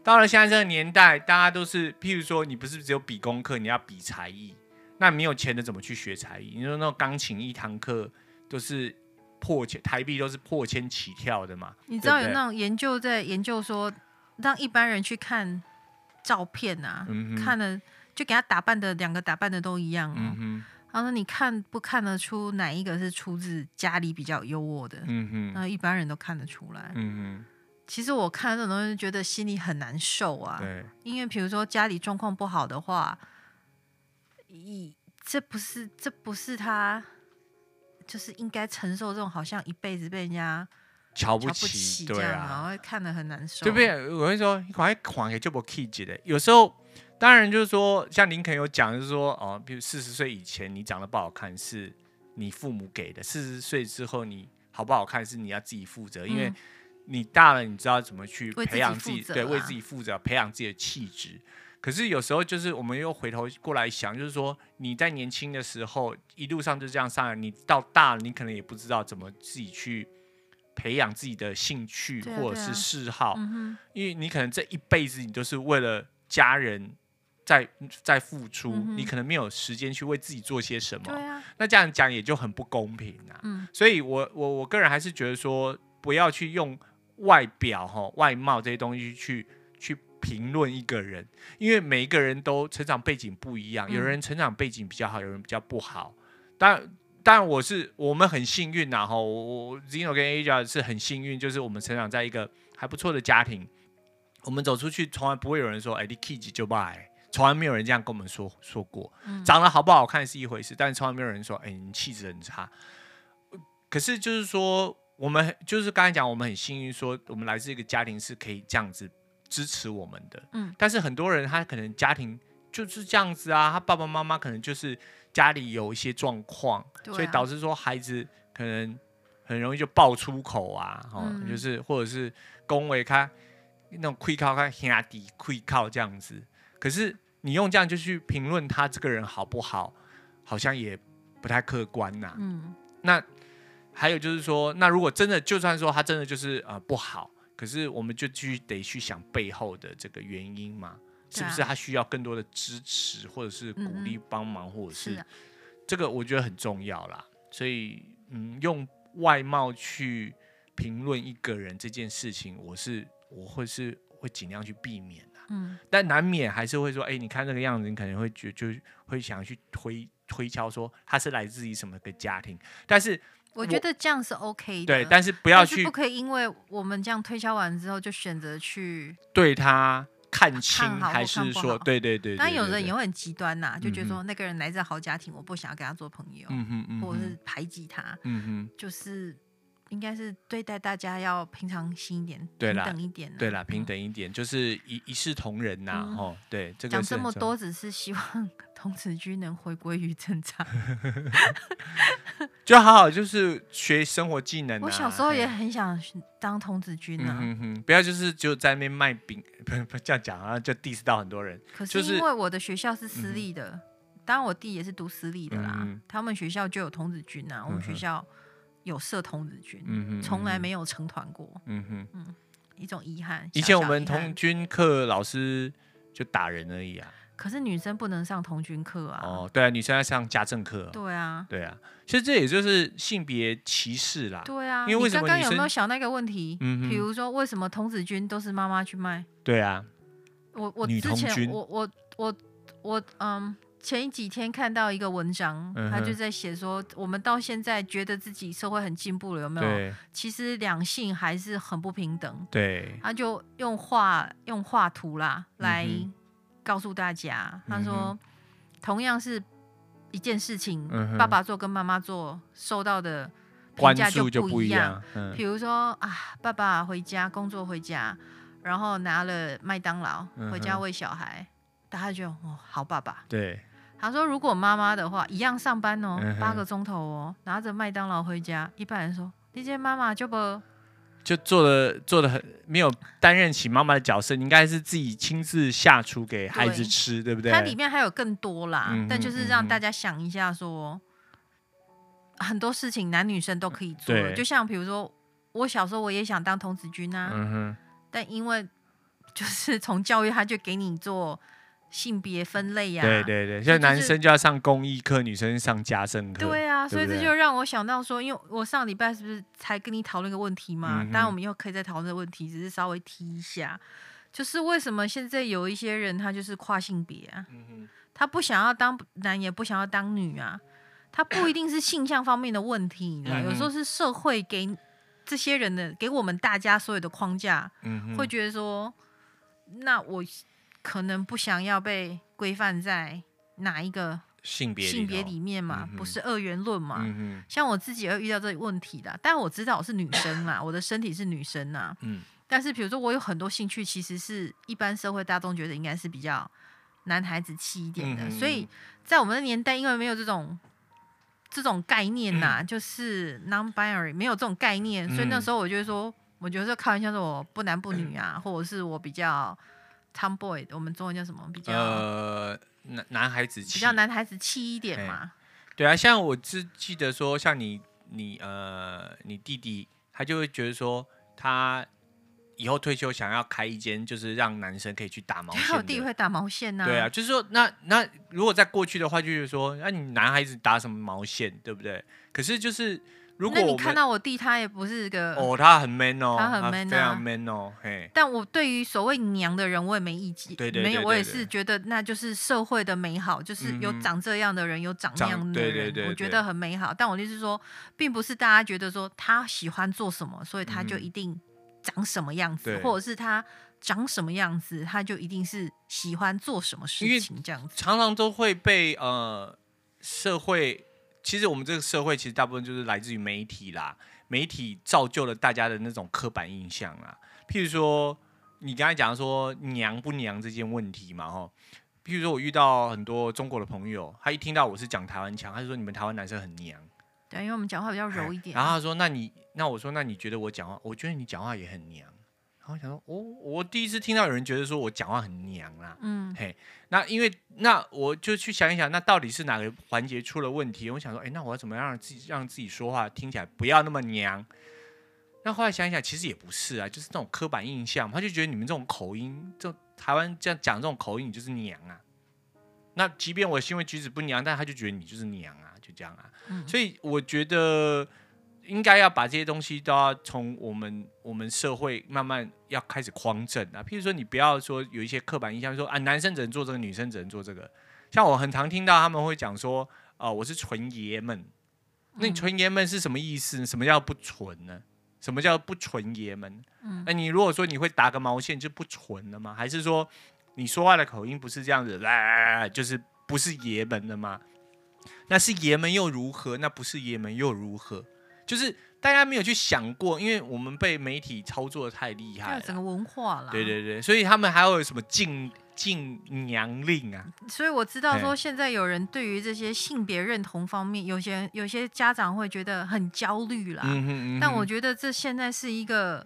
Speaker 1: 到了现在这个年代，大家都是，譬如说，你不是只有比功课，你要比才艺。那没有钱的怎么去学才艺？你说那种钢琴一堂课都是破千台币，都是破千起跳的嘛？
Speaker 2: 你知道
Speaker 1: 对
Speaker 2: 有
Speaker 1: 不对
Speaker 2: 那种研究在研究说，让一般人去看照片啊，
Speaker 1: 嗯哼
Speaker 2: 看了就给他打扮的两个打扮的都一样哦。
Speaker 1: 嗯哼，
Speaker 2: 他说：“你看不看得出哪一个是出自家里比较优渥的？
Speaker 1: 嗯哼，
Speaker 2: 那一般人都看得出来。
Speaker 1: 嗯
Speaker 2: 其实我看这种东西，觉得心里很难受
Speaker 1: 哼，
Speaker 2: 啊。
Speaker 1: 对，
Speaker 2: 因为比如说家里状况不好的话，以这不是这不是他就是应该承受这种好像一辈子被人家
Speaker 1: 瞧
Speaker 2: 瞧
Speaker 1: 不
Speaker 2: 不
Speaker 1: 起，
Speaker 2: 起
Speaker 1: 对
Speaker 2: 这样，
Speaker 1: 啊，
Speaker 2: 然后看得很难受，
Speaker 1: 对不？对？我会说，你快还给就不 key 的。有时候，当然就是说，像林肯有讲，就是说，哦，比如四十岁以前你长得不好看是你父母给的，四十岁之后你好不好看是你要自己负责，因为
Speaker 2: 嗯
Speaker 1: 你大了，你知道怎么去
Speaker 2: 为自
Speaker 1: 培
Speaker 2: 己
Speaker 1: 养自
Speaker 2: 负
Speaker 1: 己，
Speaker 2: 责啊
Speaker 1: 对，为
Speaker 2: 啦
Speaker 1: 自己负责，培养自己的气质。可是有时候就是我们又回头过来想，就是说你在年轻的时候一路上就这样上来，你到大了，你可能也不知道怎么自己去培养自己的兴趣
Speaker 2: 对啊
Speaker 1: 或者
Speaker 2: 对啊
Speaker 1: 是嗜好，
Speaker 2: 嗯哼，
Speaker 1: 因为你可能这一辈子你都是为了家人在在付出，
Speaker 2: 嗯哼
Speaker 1: 你可能没有时间去为自己做些什么。
Speaker 2: 对啊，
Speaker 1: 那这样讲也就很不公平啊。
Speaker 2: 嗯
Speaker 1: 所以我我我个人还是觉得说，不要去用外表哈、外貌这些东西去去评论一个人，因为每一个人都成长背景不一样，
Speaker 2: 嗯
Speaker 1: 有人成长背景比较好，有人比较不好。当当然我是我们很幸运呐哈，我我 Zino 跟 Aja 是很幸运，就是我们成长在一个还不错的家庭，我们走出去从来不会有人说哎、你 k i d 就拜，从来没有人这样跟我们说说过。
Speaker 2: 嗯，
Speaker 1: 长得好不好看是一回事，但是从来没有人说，哎、你气质很差。可是就是说，我们很就是刚才讲，我们很幸运，说我们来自一个家庭是可以这样子支持我们的。
Speaker 2: 嗯，
Speaker 1: 但是很多人他可能家庭就是这样子啊，他爸爸妈妈可能就是家里有一些状况，
Speaker 2: 对啊
Speaker 1: 所以导致说孩子可能很容易就爆粗口啊，哦，
Speaker 2: 嗯
Speaker 1: 就是或者是恭维他那种愧靠他兄弟愧靠这样子。可是你用这样就去评论他这个人好不好，好像也不太客观呐、
Speaker 2: 嗯
Speaker 1: 那还有就是说，那如果真的就算说他真的就是呃不好，可是我们就继续得去想背后的这个原因嘛，是不是
Speaker 2: 对啊嗯
Speaker 1: 他需要更多的支持或者是鼓励帮忙，或者
Speaker 2: 是
Speaker 1: 是
Speaker 2: 啊，
Speaker 1: 这个我觉得很重要啦。所以嗯，用外貌去评论一个人这件事情，我是我会是会尽量去避免的。
Speaker 2: 嗯
Speaker 1: 但难免还是会说，哎、你看这个样子，你可能会觉就会想去推推敲说他是来自于什么个家庭，但是
Speaker 2: 我觉得这样是 OK 的，
Speaker 1: 对，但是不
Speaker 2: 不
Speaker 1: 要去
Speaker 2: 不可以因为我们这样推销完之后就选择去，
Speaker 1: 对他看清，
Speaker 2: 看好或
Speaker 1: 还是
Speaker 2: 看不
Speaker 1: 说
Speaker 2: 好
Speaker 1: 对对对，
Speaker 2: 当然
Speaker 1: 对
Speaker 2: 有
Speaker 1: 对
Speaker 2: 人
Speaker 1: 对
Speaker 2: 也会很极端呐、就觉得
Speaker 1: 嗯哼
Speaker 2: 说那个人来自好家庭，我不想要跟他做朋友，
Speaker 1: 嗯哼嗯
Speaker 2: 或者是
Speaker 1: 哼
Speaker 2: 排挤他，
Speaker 1: 嗯哼。
Speaker 2: 就是应该是对待大家要平常心一点，
Speaker 1: 对
Speaker 2: 平
Speaker 1: 啦
Speaker 2: 等一点、啊，
Speaker 1: 对啦，
Speaker 2: 嗯
Speaker 1: 平。等一点，就是一一视同仁呐、
Speaker 2: 嗯
Speaker 1: 吼、对，这个
Speaker 2: 讲
Speaker 1: 是
Speaker 2: 这
Speaker 1: 很
Speaker 2: 么
Speaker 1: 重要
Speaker 2: 多，只是希望童子军能回归于正常。
Speaker 1: 就好好就是学生活技能、啊。
Speaker 2: 我小时候也
Speaker 1: 嘿
Speaker 2: 很想当童子军
Speaker 1: 嗯
Speaker 2: 啊，
Speaker 1: 哼哼，不要就是就在那边 卖饼，不不这样讲啊，就 diss 到很多人。
Speaker 2: 可
Speaker 1: 就是
Speaker 2: 因为我的学校是
Speaker 1: 嗯
Speaker 2: 私
Speaker 1: 哼
Speaker 2: 立的，当然我弟也是读私立的啦，
Speaker 1: 嗯嗯
Speaker 2: 他们学校就有童子军啊，我们学
Speaker 1: 嗯哼
Speaker 2: 校有设童子军，
Speaker 1: 嗯哼，
Speaker 2: 从来没有成团过，
Speaker 1: 嗯哼，嗯哼。
Speaker 2: 一种遗憾。
Speaker 1: 以
Speaker 2: 小
Speaker 1: 前我
Speaker 2: 小
Speaker 1: 们
Speaker 2: 遗憾
Speaker 1: 童军课老师就打人而已啊。
Speaker 2: 可是女生不能上童军课啊，
Speaker 1: 哦，对啊，女生要上家政课哦。
Speaker 2: 对啊，
Speaker 1: 对啊，其实这也就是性别歧视啦。
Speaker 2: 对啊。
Speaker 1: 因为为
Speaker 2: 你
Speaker 1: 什么
Speaker 2: 刚刚
Speaker 1: 女
Speaker 2: 有没
Speaker 1: 生
Speaker 2: 有想那个问题？
Speaker 1: 嗯哼
Speaker 2: 比如说为什么童子军都是妈妈去卖？
Speaker 1: 对啊，
Speaker 2: 我我
Speaker 1: 女
Speaker 2: 之
Speaker 1: 童
Speaker 2: 前
Speaker 1: 军
Speaker 2: 我我我我嗯，前几天看到一个文章，
Speaker 1: 嗯
Speaker 2: 他就
Speaker 1: 哼
Speaker 2: 在写说，我们到现在觉得自己社会很进步了，有没有？
Speaker 1: 对
Speaker 2: 其实两性还是很不平等。
Speaker 1: 对，
Speaker 2: 他就用画用画图啦来
Speaker 1: 嗯
Speaker 2: 告诉大家，他
Speaker 1: 嗯哼
Speaker 2: 说同样是一件事情，
Speaker 1: 嗯哼
Speaker 2: 爸爸做跟妈妈做受到的评
Speaker 1: 关
Speaker 2: 价
Speaker 1: 注就
Speaker 2: 不
Speaker 1: 不一
Speaker 2: 样。
Speaker 1: 样。嗯
Speaker 2: 比如说啊，爸爸回家工作回家，然后拿了麦当劳
Speaker 1: 嗯哼
Speaker 2: 回家喂小孩，大家就哦好爸爸。
Speaker 1: 对，
Speaker 2: 他说如果妈妈的话，一样上班哦
Speaker 1: 嗯，哼
Speaker 2: 八、个钟头哦，拿着麦当劳回家，一般人说你这妈妈就不
Speaker 1: 就做的做的很没有担任起妈妈的角色，你应该是自己亲自下厨给孩子
Speaker 2: 对
Speaker 1: 吃，对不对？
Speaker 2: 它里面还有更多啦，
Speaker 1: 嗯哼
Speaker 2: 但就是
Speaker 1: 嗯
Speaker 2: 让
Speaker 1: 哼
Speaker 2: 大家想一下说，很多事情男女生都可以做
Speaker 1: 对，
Speaker 2: 就像比如说我小时候我也想当童子军啊，
Speaker 1: 嗯哼，
Speaker 2: 但因为就是从教育他就给你做性别分类呀、
Speaker 1: 对对对，
Speaker 2: 所以
Speaker 1: 像
Speaker 2: 就
Speaker 1: 男
Speaker 2: 是
Speaker 1: 生就要上公益课，女生上家政课。
Speaker 2: 对啊，所以
Speaker 1: 对不
Speaker 2: 这
Speaker 1: 对
Speaker 2: 就让我想到说，因为我上礼拜是不是才跟你讨论个问题嘛？
Speaker 1: 嗯哼
Speaker 2: 当然，我们以后可以再讨论这个问题，只是稍微提一下，就是为什么现在有一些人他就是跨性别啊，
Speaker 1: 嗯
Speaker 2: 他不想要当男，也不想要当女啊，他不一定是性向方面的问题，你知道，
Speaker 1: 嗯哼
Speaker 2: 有时候是社会给这些人的，给我们大家所有的框架，
Speaker 1: 嗯哼，
Speaker 2: 会觉得说，那我可能不想要被规范在哪一个
Speaker 1: 性别
Speaker 2: 性别
Speaker 1: 头
Speaker 2: 里面嘛
Speaker 1: 嗯，哼
Speaker 2: 不是二元论嘛。
Speaker 1: 嗯
Speaker 2: 像我自己也会遇到这个问题的，但我知道我是女生啦，我的身体是女生啦。
Speaker 1: 嗯
Speaker 2: 但是比如说我有很多兴趣，其实是一般社会大众觉得应该是比较男孩子气一点的，
Speaker 1: 嗯哼
Speaker 2: 所以在我们的年代，因为没有这种这种概念呐、就是 non-binary 没有这种概念，所以那
Speaker 1: 嗯
Speaker 2: 时候我就会说，我觉得这开玩笑说我不男不女啊，或者是我比较 tomboy，我们中文叫什么？比较、
Speaker 1: 哼，呃，男男孩子
Speaker 2: 比
Speaker 1: 气
Speaker 2: 较男孩子气一点
Speaker 1: 哎
Speaker 2: 嘛。
Speaker 1: 对啊，像我只记得说，像你你呃你弟弟，他就会觉得说他。以后退休想要开一间，就是让男生可以去打毛线
Speaker 2: 还
Speaker 1: 的。
Speaker 2: 有弟会打毛线呐、
Speaker 1: 对啊，，就是说，那那如果在过去的话，就是说，那、你男孩子打什么毛线，对不对？可是就是如果
Speaker 2: 那你
Speaker 1: 我
Speaker 2: 看
Speaker 1: 们
Speaker 2: 到我弟，他也不是个。
Speaker 1: 哦，他很 man 哦，
Speaker 2: 嗯他很 man 啊
Speaker 1: 非常 man 哦，嘿，
Speaker 2: 但我对于所谓娘的人，我也没意见，
Speaker 1: 对对对
Speaker 2: 没有，
Speaker 1: 对
Speaker 2: 我也
Speaker 1: 对
Speaker 2: 是觉得那就是社会的美好，就是有
Speaker 1: 嗯哼
Speaker 2: 长这样的人，有长那
Speaker 1: 长
Speaker 2: 样的人，
Speaker 1: 对对对
Speaker 2: 我觉
Speaker 1: 对
Speaker 2: 得很美好。但我的意思是说，并不是大家觉得说他喜欢做什么，所以他就
Speaker 1: 嗯哼
Speaker 2: 一定长什么样子，
Speaker 1: 对
Speaker 2: 或者是他长什么样子，他就一定是喜欢做什么
Speaker 1: 因
Speaker 2: 事
Speaker 1: 为
Speaker 2: 情这样子。
Speaker 1: 常常都会被呃社会，其实我们这个社会其实大部分就是来自于媒体啦，媒体造就了大家的那种刻板印象啦。譬如说，你刚才讲说娘不娘这件问题嘛，吼。譬如说，我遇到很多中国的朋友，他一听到我是讲台湾腔，他就说你们台湾男生很娘。
Speaker 2: 对，因为我们讲话比较柔一点
Speaker 1: 哎
Speaker 2: 啊
Speaker 1: 然。后他说：“那你，那我说，那你觉得我讲话？我觉得你讲话也很娘。”然后我想说：“哦，我第一次听到有人觉得说我讲话很娘啦。
Speaker 2: 嗯，
Speaker 1: 那因为那我就去想一想，那到底是哪个环节出了问题？我想说，哎，那我要怎么样让自己让自己说话听起来不要那么娘？那后来想一想，其实也不是啊，就是那种刻板印象嘛，他就觉得你们这种口音，就台湾这样讲这种口音，你就是娘啊。那即便我行为举止不娘，但他就觉得你就是娘啊，就这样啊。
Speaker 2: 嗯
Speaker 1: 所以我觉得应该要把这些东西都要从我们我们社会慢慢要开始匡正啊。譬如说，你不要说有一些刻板印象说啊，男生只能做这个，女生只能做这个。像我很常听到他们会讲说，啊、我是纯爷们。那
Speaker 2: 嗯
Speaker 1: 你纯爷们是什么意思？什么叫不纯呢？什么叫不纯爷们？
Speaker 2: 嗯
Speaker 1: 那你如果说你会打个毛线就不纯了吗？还是说你说话的口音不是这样子，啊、就是不是爷们的吗？那是爷们又如何？那不是爷们又如何？就是大家没有去想过，因为我们被媒体操作的太厉
Speaker 2: 还
Speaker 1: 害
Speaker 2: 有整个
Speaker 1: 了。
Speaker 2: 文化啦。
Speaker 1: 对对对，所以他们还会有什么禁禁娘令啊？
Speaker 2: 所以我知道说，
Speaker 1: 嘿
Speaker 2: 现在有人对于这些性别认同方面，有些有些家长会觉得很焦虑啦。
Speaker 1: 嗯哼嗯哼
Speaker 2: 但我觉得这现在是一个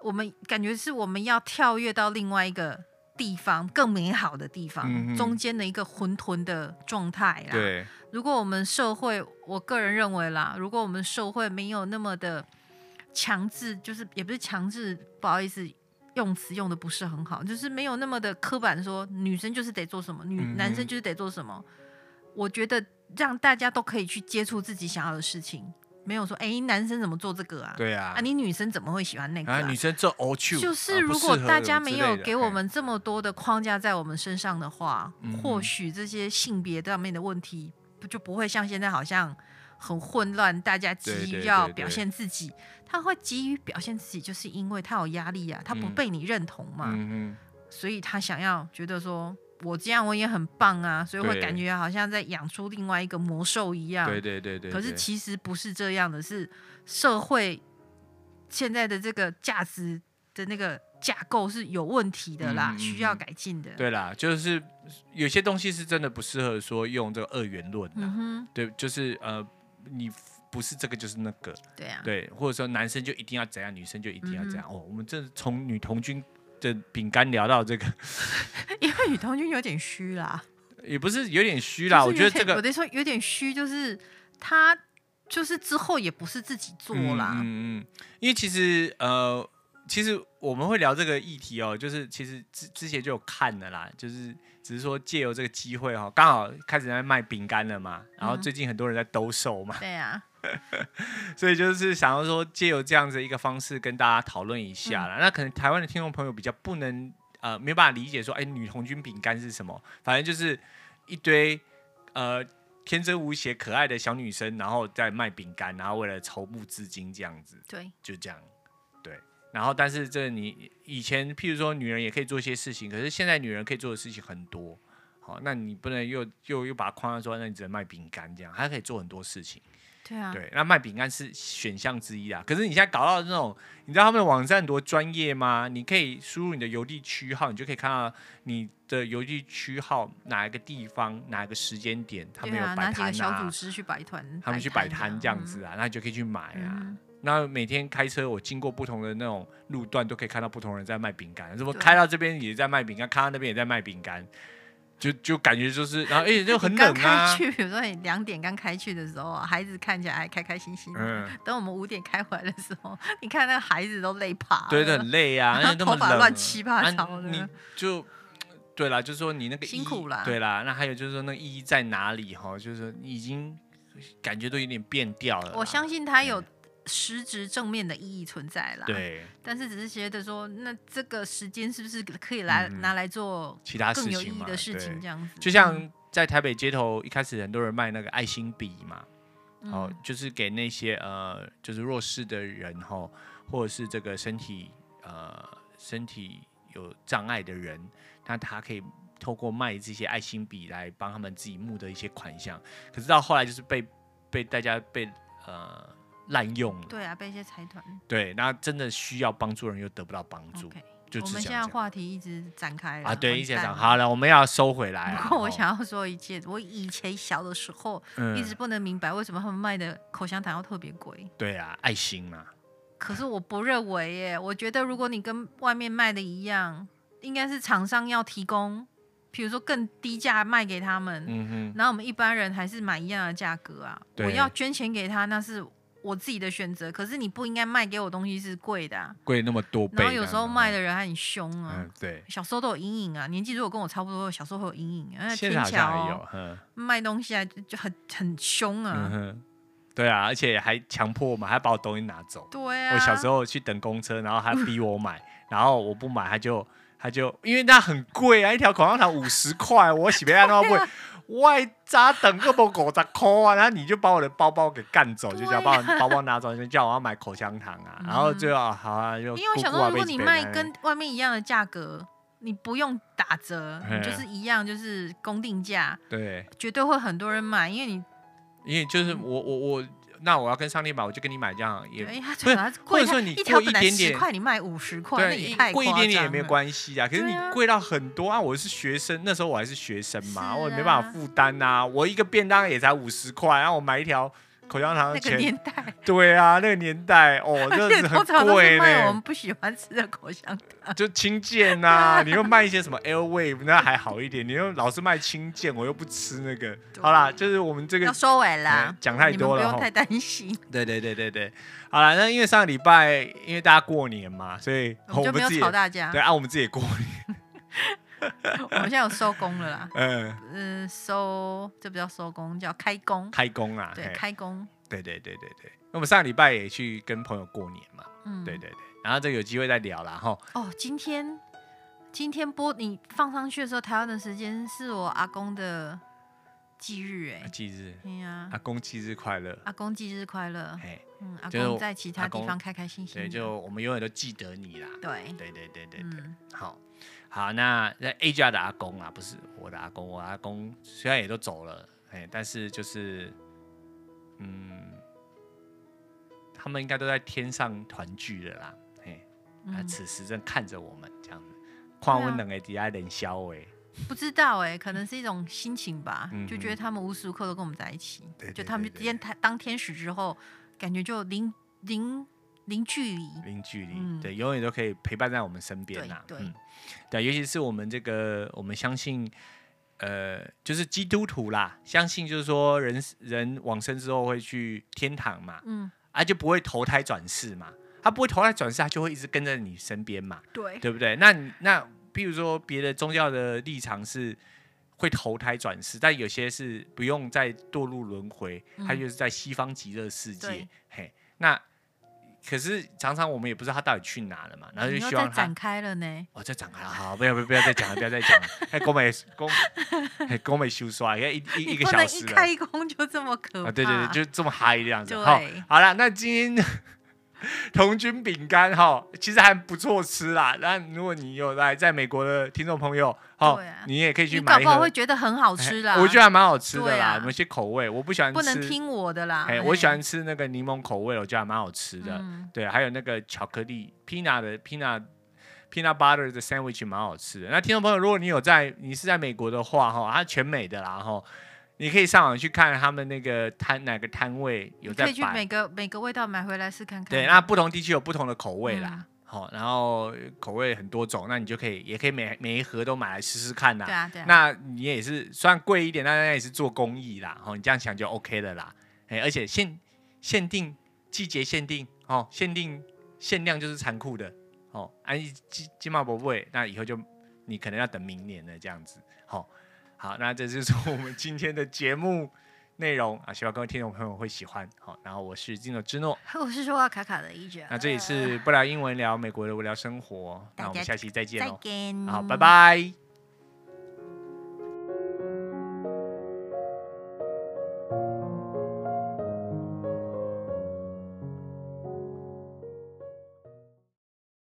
Speaker 2: 我们感觉是我们要跳跃到另外一个地方、更美好的地方，
Speaker 1: 嗯哼
Speaker 2: 中间的一个混沌的状态啦。
Speaker 1: 对，
Speaker 2: 如果我们社会，我个人认为啦，如果我们社会没有那么的强制，就是也不是强制，不好意思，用词用的不是很好，就是没有那么的刻板说女生就是得做什么，女、
Speaker 1: 嗯哼
Speaker 2: 男生就是得做什么。我觉得让大家都可以去接触自己想要的事情，没有说哎、诶男生怎么做这个啊？
Speaker 1: 对啊，
Speaker 2: 啊，你女生怎么会喜欢那个、啊？
Speaker 1: 啊，女生做 O 去，
Speaker 2: 就是
Speaker 1: 啊
Speaker 2: 如果大家没有给我，
Speaker 1: 不适合之类的
Speaker 2: 们这么多的框架在我们身上的话，
Speaker 1: 嗯
Speaker 2: 或许这些性别上面的问题不就不会像现在好像很混乱，大家急
Speaker 1: 对对
Speaker 2: 于
Speaker 1: 对
Speaker 2: 要
Speaker 1: 对
Speaker 2: 表现自己。他会急于表现自己，就是因为他有压力啊，他不
Speaker 1: 嗯
Speaker 2: 被你认同
Speaker 1: 嘿
Speaker 2: 嘛，
Speaker 1: 嗯
Speaker 2: 所以他想要觉得说。我这样我也很棒啊，所以会
Speaker 1: 对
Speaker 2: 感觉好像在养出另外一个魔兽一样。
Speaker 1: 哼，对对对对，
Speaker 2: 可是
Speaker 1: 对
Speaker 2: 其实不是这样的，是社会现在的这个价值的那个架构是有问题的啦，
Speaker 1: 嗯嗯嗯
Speaker 2: 需要改进的。，
Speaker 1: 对啦，就是有些东西是真的不适合说用这个二元论啦，
Speaker 2: 嗯哼，
Speaker 1: 对，就是呃，你不是这个就是那个，
Speaker 2: 对啊，嗯
Speaker 1: 对，或者说男生就一定要怎样，女生就一定要怎样。哦，我们这从女童军的饼干聊到这个，
Speaker 2: 因为女童军有点虚啦，
Speaker 1: 也不是有点虚啦，
Speaker 2: 就
Speaker 1: 我
Speaker 2: 是
Speaker 1: 觉得
Speaker 2: 有
Speaker 1: 这
Speaker 2: 点
Speaker 1: 个
Speaker 2: 我的说有点虚，就是她就是之后也不是自己做啦，
Speaker 1: 嗯嗯嗯，因为其实呃，其实我们会聊这个议题哦，就是其实之之前就有看的啦，就是只是说借由这个机会哦，刚好开始在卖饼干了嘛，然后
Speaker 2: 嗯
Speaker 1: 最近很多人在兜售嘛，
Speaker 2: 对啊，
Speaker 1: 所以就是想要说借由这样子一个方式跟大家讨论一下啦。那可能台湾的听众朋友比较不能呃没有办法理解说，哎、女童军饼干是什么？反正就是一堆呃天真无邪、可爱的小女生，然后在卖饼干，然后为了筹募资金这样子，
Speaker 2: 对，
Speaker 1: 就这样。对，然后但是这你以前譬如说女人也可以做一些事情，可是现在女人可以做的事情很多。好，那你不能又又又把它框上说，那你只能卖饼干这样，还可以做很多事情。
Speaker 2: 对啊，
Speaker 1: 对，那卖饼干是选项之一啦。可是你现在搞到那种，你知道他们的网站多专业吗？你可以输入你的邮递区号，你就可以看到你的邮递区号哪一个地方、哪一个时间点，他们
Speaker 2: 对
Speaker 1: 有
Speaker 2: 啊，拿
Speaker 1: 摆
Speaker 2: 几个
Speaker 1: 摊
Speaker 2: 小
Speaker 1: 啊
Speaker 2: 组，织去摆团，
Speaker 1: 他们去摆摊这样子啊，那你就可以去买
Speaker 2: 嗯，
Speaker 1: 啊。
Speaker 2: 嗯
Speaker 1: 那每天开车，我经过不同的那种路段，都可以看到不同人在卖饼干。怎么
Speaker 2: 对
Speaker 1: 开到这边也在卖饼干，开到那边也在卖饼干，就就感觉就是， 然后而且就很
Speaker 2: 你
Speaker 1: 冷
Speaker 2: 刚
Speaker 1: 啊
Speaker 2: 开。去，比如说你两点刚开去的时候啊，孩子看起来还开开心心的，
Speaker 1: 嗯，
Speaker 2: 等我们五点开回来的时候，你看那个孩子都累趴了，
Speaker 1: 对，都很累 啊，
Speaker 2: 然
Speaker 1: 而
Speaker 2: 后
Speaker 1: 且那么
Speaker 2: 头发
Speaker 1: 冷
Speaker 2: 乱七八
Speaker 1: 啊
Speaker 2: 糟的
Speaker 1: 你就对啦，就是说你那个
Speaker 2: 辛
Speaker 1: 意义
Speaker 2: 苦啦
Speaker 1: 对啦，那还有就是说那个意义在哪里哈？就是说你已经感觉都有点变掉了啦。
Speaker 2: 我相信啊他有实质正面的意义存在啦。，
Speaker 1: 嗯对
Speaker 2: 但是只是觉得说，那这个时间是不是可以来、
Speaker 1: 嗯
Speaker 2: 拿来做
Speaker 1: 其他
Speaker 2: 更
Speaker 1: 事
Speaker 2: 有
Speaker 1: 情
Speaker 2: 意义
Speaker 1: 嘛，
Speaker 2: 的事情？这
Speaker 1: 对
Speaker 2: 样子，
Speaker 1: 就像在台北街头一开始很多人卖那个爱心笔嘛，
Speaker 2: 嗯
Speaker 1: 哦，就是给那些呃，就是弱势的人哈，或者是这个身体呃身体有障碍的人，那他可以透过卖这些爱心笔来帮他们自己募的一些款项。可是到后来就是被被大家被呃滥用了，
Speaker 2: 对啊，被一些财团。
Speaker 1: 对，那真的需要帮助的人又得不到帮助，
Speaker 2: OK，
Speaker 1: 就
Speaker 2: 我
Speaker 1: 只想
Speaker 2: 们现
Speaker 1: 这
Speaker 2: 在
Speaker 1: 样
Speaker 2: 话题一直展开了
Speaker 1: 啊，对，
Speaker 2: 完
Speaker 1: 一起
Speaker 2: 蛋
Speaker 1: 讲
Speaker 2: 了
Speaker 1: 好了，我们要收回来啊。
Speaker 2: 不 过我
Speaker 1: 哦
Speaker 2: 想要说一件，我以前小的时候
Speaker 1: 嗯
Speaker 2: 一直不能明白为什么他们卖的口香糖要特别贵。
Speaker 1: 对啊，爱心嘛，
Speaker 2: 可是我不认为耶，我觉得如果你跟外面卖的一样，应该是厂商要提供，比如说更低价卖给他们，
Speaker 1: 嗯哼。
Speaker 2: 然后我们一般人还是买一样的价格啊。我
Speaker 1: 对
Speaker 2: 要捐钱给他，那是我自己的选择，可是你不应该卖给我东西是贵的、啊。
Speaker 1: 贵那么多倍这样
Speaker 2: 然
Speaker 1: 哦，
Speaker 2: 后有时候卖的人还很凶啊。
Speaker 1: 嗯，对，
Speaker 2: 小时候都有阴影啊，年纪如果跟我差不多，小时候会有阴影啊。
Speaker 1: 现
Speaker 2: 天
Speaker 1: 在好像
Speaker 2: 桥
Speaker 1: 还
Speaker 2: 哦、
Speaker 1: 有，嗯
Speaker 2: 卖东西啊，就就很很凶啊
Speaker 1: 嗯。哼，对啊，而且还强迫我们，还把我东西拿走。
Speaker 2: 对啊，
Speaker 1: 我小时
Speaker 2: 候
Speaker 1: 候去等公车，然后他逼我买，然后我不买，他就他就因为那很贵啊，一条口香糖五十块，我喜被他那么贵，外扎等个不狗十块啊，然后你就把我的包包给干走，就叫
Speaker 2: 对啊嗯
Speaker 1: 把我包包拿走，就叫我要买口香糖啊，然后最后啊好啊，就
Speaker 2: 因为我
Speaker 1: 姑
Speaker 2: 想
Speaker 1: 姑
Speaker 2: 说，
Speaker 1: 啊
Speaker 2: 如
Speaker 1: 被
Speaker 2: 果
Speaker 1: 一
Speaker 2: 你
Speaker 1: 杯
Speaker 2: 卖
Speaker 1: 奶
Speaker 2: 跟外面一样的价格，你不用打折，
Speaker 1: 哎
Speaker 2: 你就是一样，就是公定价，
Speaker 1: 对，
Speaker 2: 绝对会很多人买，因为你
Speaker 1: 因为就是我我我，那我要跟上帝买，我就跟你买这样也
Speaker 2: 哎呀，
Speaker 1: 不是
Speaker 2: 嗯对啊，贵
Speaker 1: 或者说
Speaker 2: 它
Speaker 1: 你
Speaker 2: 一条
Speaker 1: 贵一
Speaker 2: 本来
Speaker 1: 点点
Speaker 2: 十块，你卖五十块，那
Speaker 1: 对，
Speaker 2: 也
Speaker 1: 一
Speaker 2: 太
Speaker 1: 贵一
Speaker 2: 夸
Speaker 1: 点点也
Speaker 2: 张
Speaker 1: 没
Speaker 2: 了
Speaker 1: 关系啊。可是
Speaker 2: 对
Speaker 1: 你
Speaker 2: 啊
Speaker 1: 贵到很多啊！我是学生，那时候我还是学生嘛，
Speaker 2: 是
Speaker 1: 我也没办法
Speaker 2: 啊
Speaker 1: 负担啊。我一个便当也才五十块，然后我买一条口香糖
Speaker 2: 那
Speaker 1: 的
Speaker 2: 个
Speaker 1: 钱，
Speaker 2: 年代，
Speaker 1: 对啊，那个年代 哦，真的是
Speaker 2: 通
Speaker 1: 很
Speaker 2: 常都
Speaker 1: 贵
Speaker 2: 是
Speaker 1: 呢、
Speaker 2: 卖我们不喜欢吃的口香糖。
Speaker 1: 就轻剑 呐，你又卖一些什么 Airwave，那还好一点。你又老是卖轻剑，我又不吃那个。好啦，就是我 们这
Speaker 2: 要
Speaker 1: 个，
Speaker 2: 收尾啦
Speaker 1: 嗯，讲太多了
Speaker 2: 你们不
Speaker 1: 吼
Speaker 2: 用太担 心，
Speaker 1: 对对对对对。好啦，那因为上个礼拜因为大家过年嘛，所以
Speaker 2: 我们就没有
Speaker 1: 自己
Speaker 2: 吵
Speaker 1: 也
Speaker 2: 大家
Speaker 1: 对。啊，我们自己也过年。
Speaker 2: 我们现 在有收工了啦，
Speaker 1: 嗯，
Speaker 2: 嗯，收这不叫收工，叫开工。
Speaker 1: 开工啊，
Speaker 2: 对，
Speaker 1: 嘿
Speaker 2: 开工。
Speaker 1: 对对对对对。那我们上个礼拜也去跟朋友过年嘛，
Speaker 2: 嗯，
Speaker 1: 对对对。然后这个有机会再聊啦哈。
Speaker 2: 哦，今天今天播你放上去的时候，台湾的时间是我阿公的忌日哎、
Speaker 1: 忌日，
Speaker 2: 哎呀、
Speaker 1: 阿公忌日快乐。
Speaker 2: 阿公忌日快乐。
Speaker 1: 嘿，
Speaker 2: 嗯，阿
Speaker 1: 就是
Speaker 2: 公在其他
Speaker 1: 阿
Speaker 2: 地
Speaker 1: 公
Speaker 2: 方开开心心
Speaker 1: 对，
Speaker 2: 的。
Speaker 1: 就我们永远都记得你啦。
Speaker 2: 对，
Speaker 1: 对对对对对。
Speaker 2: 嗯，
Speaker 1: 好，好，那那 A 家的阿公啊，不是我的阿公，我阿公虽然也都走了，哎，但是就是，嗯，他们应该都在天上团聚了啦，哎，那、
Speaker 2: 嗯
Speaker 1: 此时正看着我们这样子，跨温冷的底下冷消哎，
Speaker 2: 不知道哎、可能是一种心情吧，
Speaker 1: 嗯
Speaker 2: 就觉得他们无时无刻都跟我们在一起，
Speaker 1: 对对
Speaker 2: 就他们
Speaker 1: 对
Speaker 2: 就
Speaker 1: 对
Speaker 2: 今天他当天使之后，感觉就零零零距离。
Speaker 1: 零距离，
Speaker 2: 嗯
Speaker 1: 对，永远都可以陪伴在我们身边呐、
Speaker 2: 对对
Speaker 1: 嗯，对，尤其是我们这个，我们相信。呃，就是基督徒啦，相信就是说人人往生之后会去天堂嘛，
Speaker 2: 嗯，
Speaker 1: 啊，就不会投胎转世嘛。他不会投胎转世，他就会一直跟着你身边嘛，
Speaker 2: 对，
Speaker 1: 对不对？那你那比如说别的宗教的立场是会投胎转世，但有些是不用再堕入轮回，
Speaker 2: 嗯
Speaker 1: 他就是在西方极乐世界。
Speaker 2: 对
Speaker 1: 嘿，那可是常常我们也不知道他到底去哪了嘛，然后
Speaker 2: 你
Speaker 1: 就
Speaker 2: 又
Speaker 1: 希
Speaker 2: 在
Speaker 1: 望他
Speaker 2: 展开了呢。
Speaker 1: 我再讲啊，好，不要不要不要再讲了，不要再讲了。 哎，宫美宫，哎，宫美修刷，要一 一一
Speaker 2: 你
Speaker 1: 个
Speaker 2: 不
Speaker 1: 小
Speaker 2: 能一
Speaker 1: 时了。
Speaker 2: 开工就这么可怕。
Speaker 1: 啊，对对对，就这么嗨这样子。
Speaker 2: 对
Speaker 1: 好，好了，那今天 童军饼干哈，其实还不错吃啦。那如果你有来在美国的听众朋友，哦
Speaker 2: 对啊，
Speaker 1: 你也可以去
Speaker 2: 你
Speaker 1: 买
Speaker 2: 搞
Speaker 1: 一
Speaker 2: 不好会
Speaker 1: 盒。
Speaker 2: 觉得很好吃啦。
Speaker 1: 哎我觉得还蛮好吃的
Speaker 2: 对
Speaker 1: 啦
Speaker 2: 啊，
Speaker 1: 有些口味我不喜欢吃，
Speaker 2: 不能听我的啦。
Speaker 1: 哎，我喜欢吃那个柠檬口味，我觉得还蛮好吃的。
Speaker 2: 嗯
Speaker 1: 对，还有那个巧克力 peanut 的 peanut peanut butter 的 sandwich 蛮好吃的。那听众朋友，如果你有在你是在美国的话，哈，它全美的啦，哈，你可以上网去看他们那个摊哪个摊位有
Speaker 2: 你
Speaker 1: 在
Speaker 2: 可以去每
Speaker 1: 摆。
Speaker 2: 个每个味道买回来试看看。嗯
Speaker 1: 对，那不同地区有不同的口味啦，好、然后口味很多种，那你就可以也可以每每一盒都买来试试看啦。
Speaker 2: 对啊对啊，
Speaker 1: 那你也是虽然贵一点，但那也是做公益啦，哦，你这样想就 OK 的啦，哎，而且限限定季节限定哦，限定限量就是残酷的哦，安逸金金马博会，那以后就你可能要等明年了这样子，好、好，那这就是我们今天的节目内容 啊，希望各位听众朋友会喜欢，好、然后我是金牛之诺，
Speaker 2: 我是说话卡卡的一姐。
Speaker 1: 那这里是不聊英文聊美国的无聊生活，那我们
Speaker 2: 大家
Speaker 1: 下期再见
Speaker 2: 再
Speaker 1: 喽，
Speaker 2: 见，
Speaker 1: 好，拜。拜。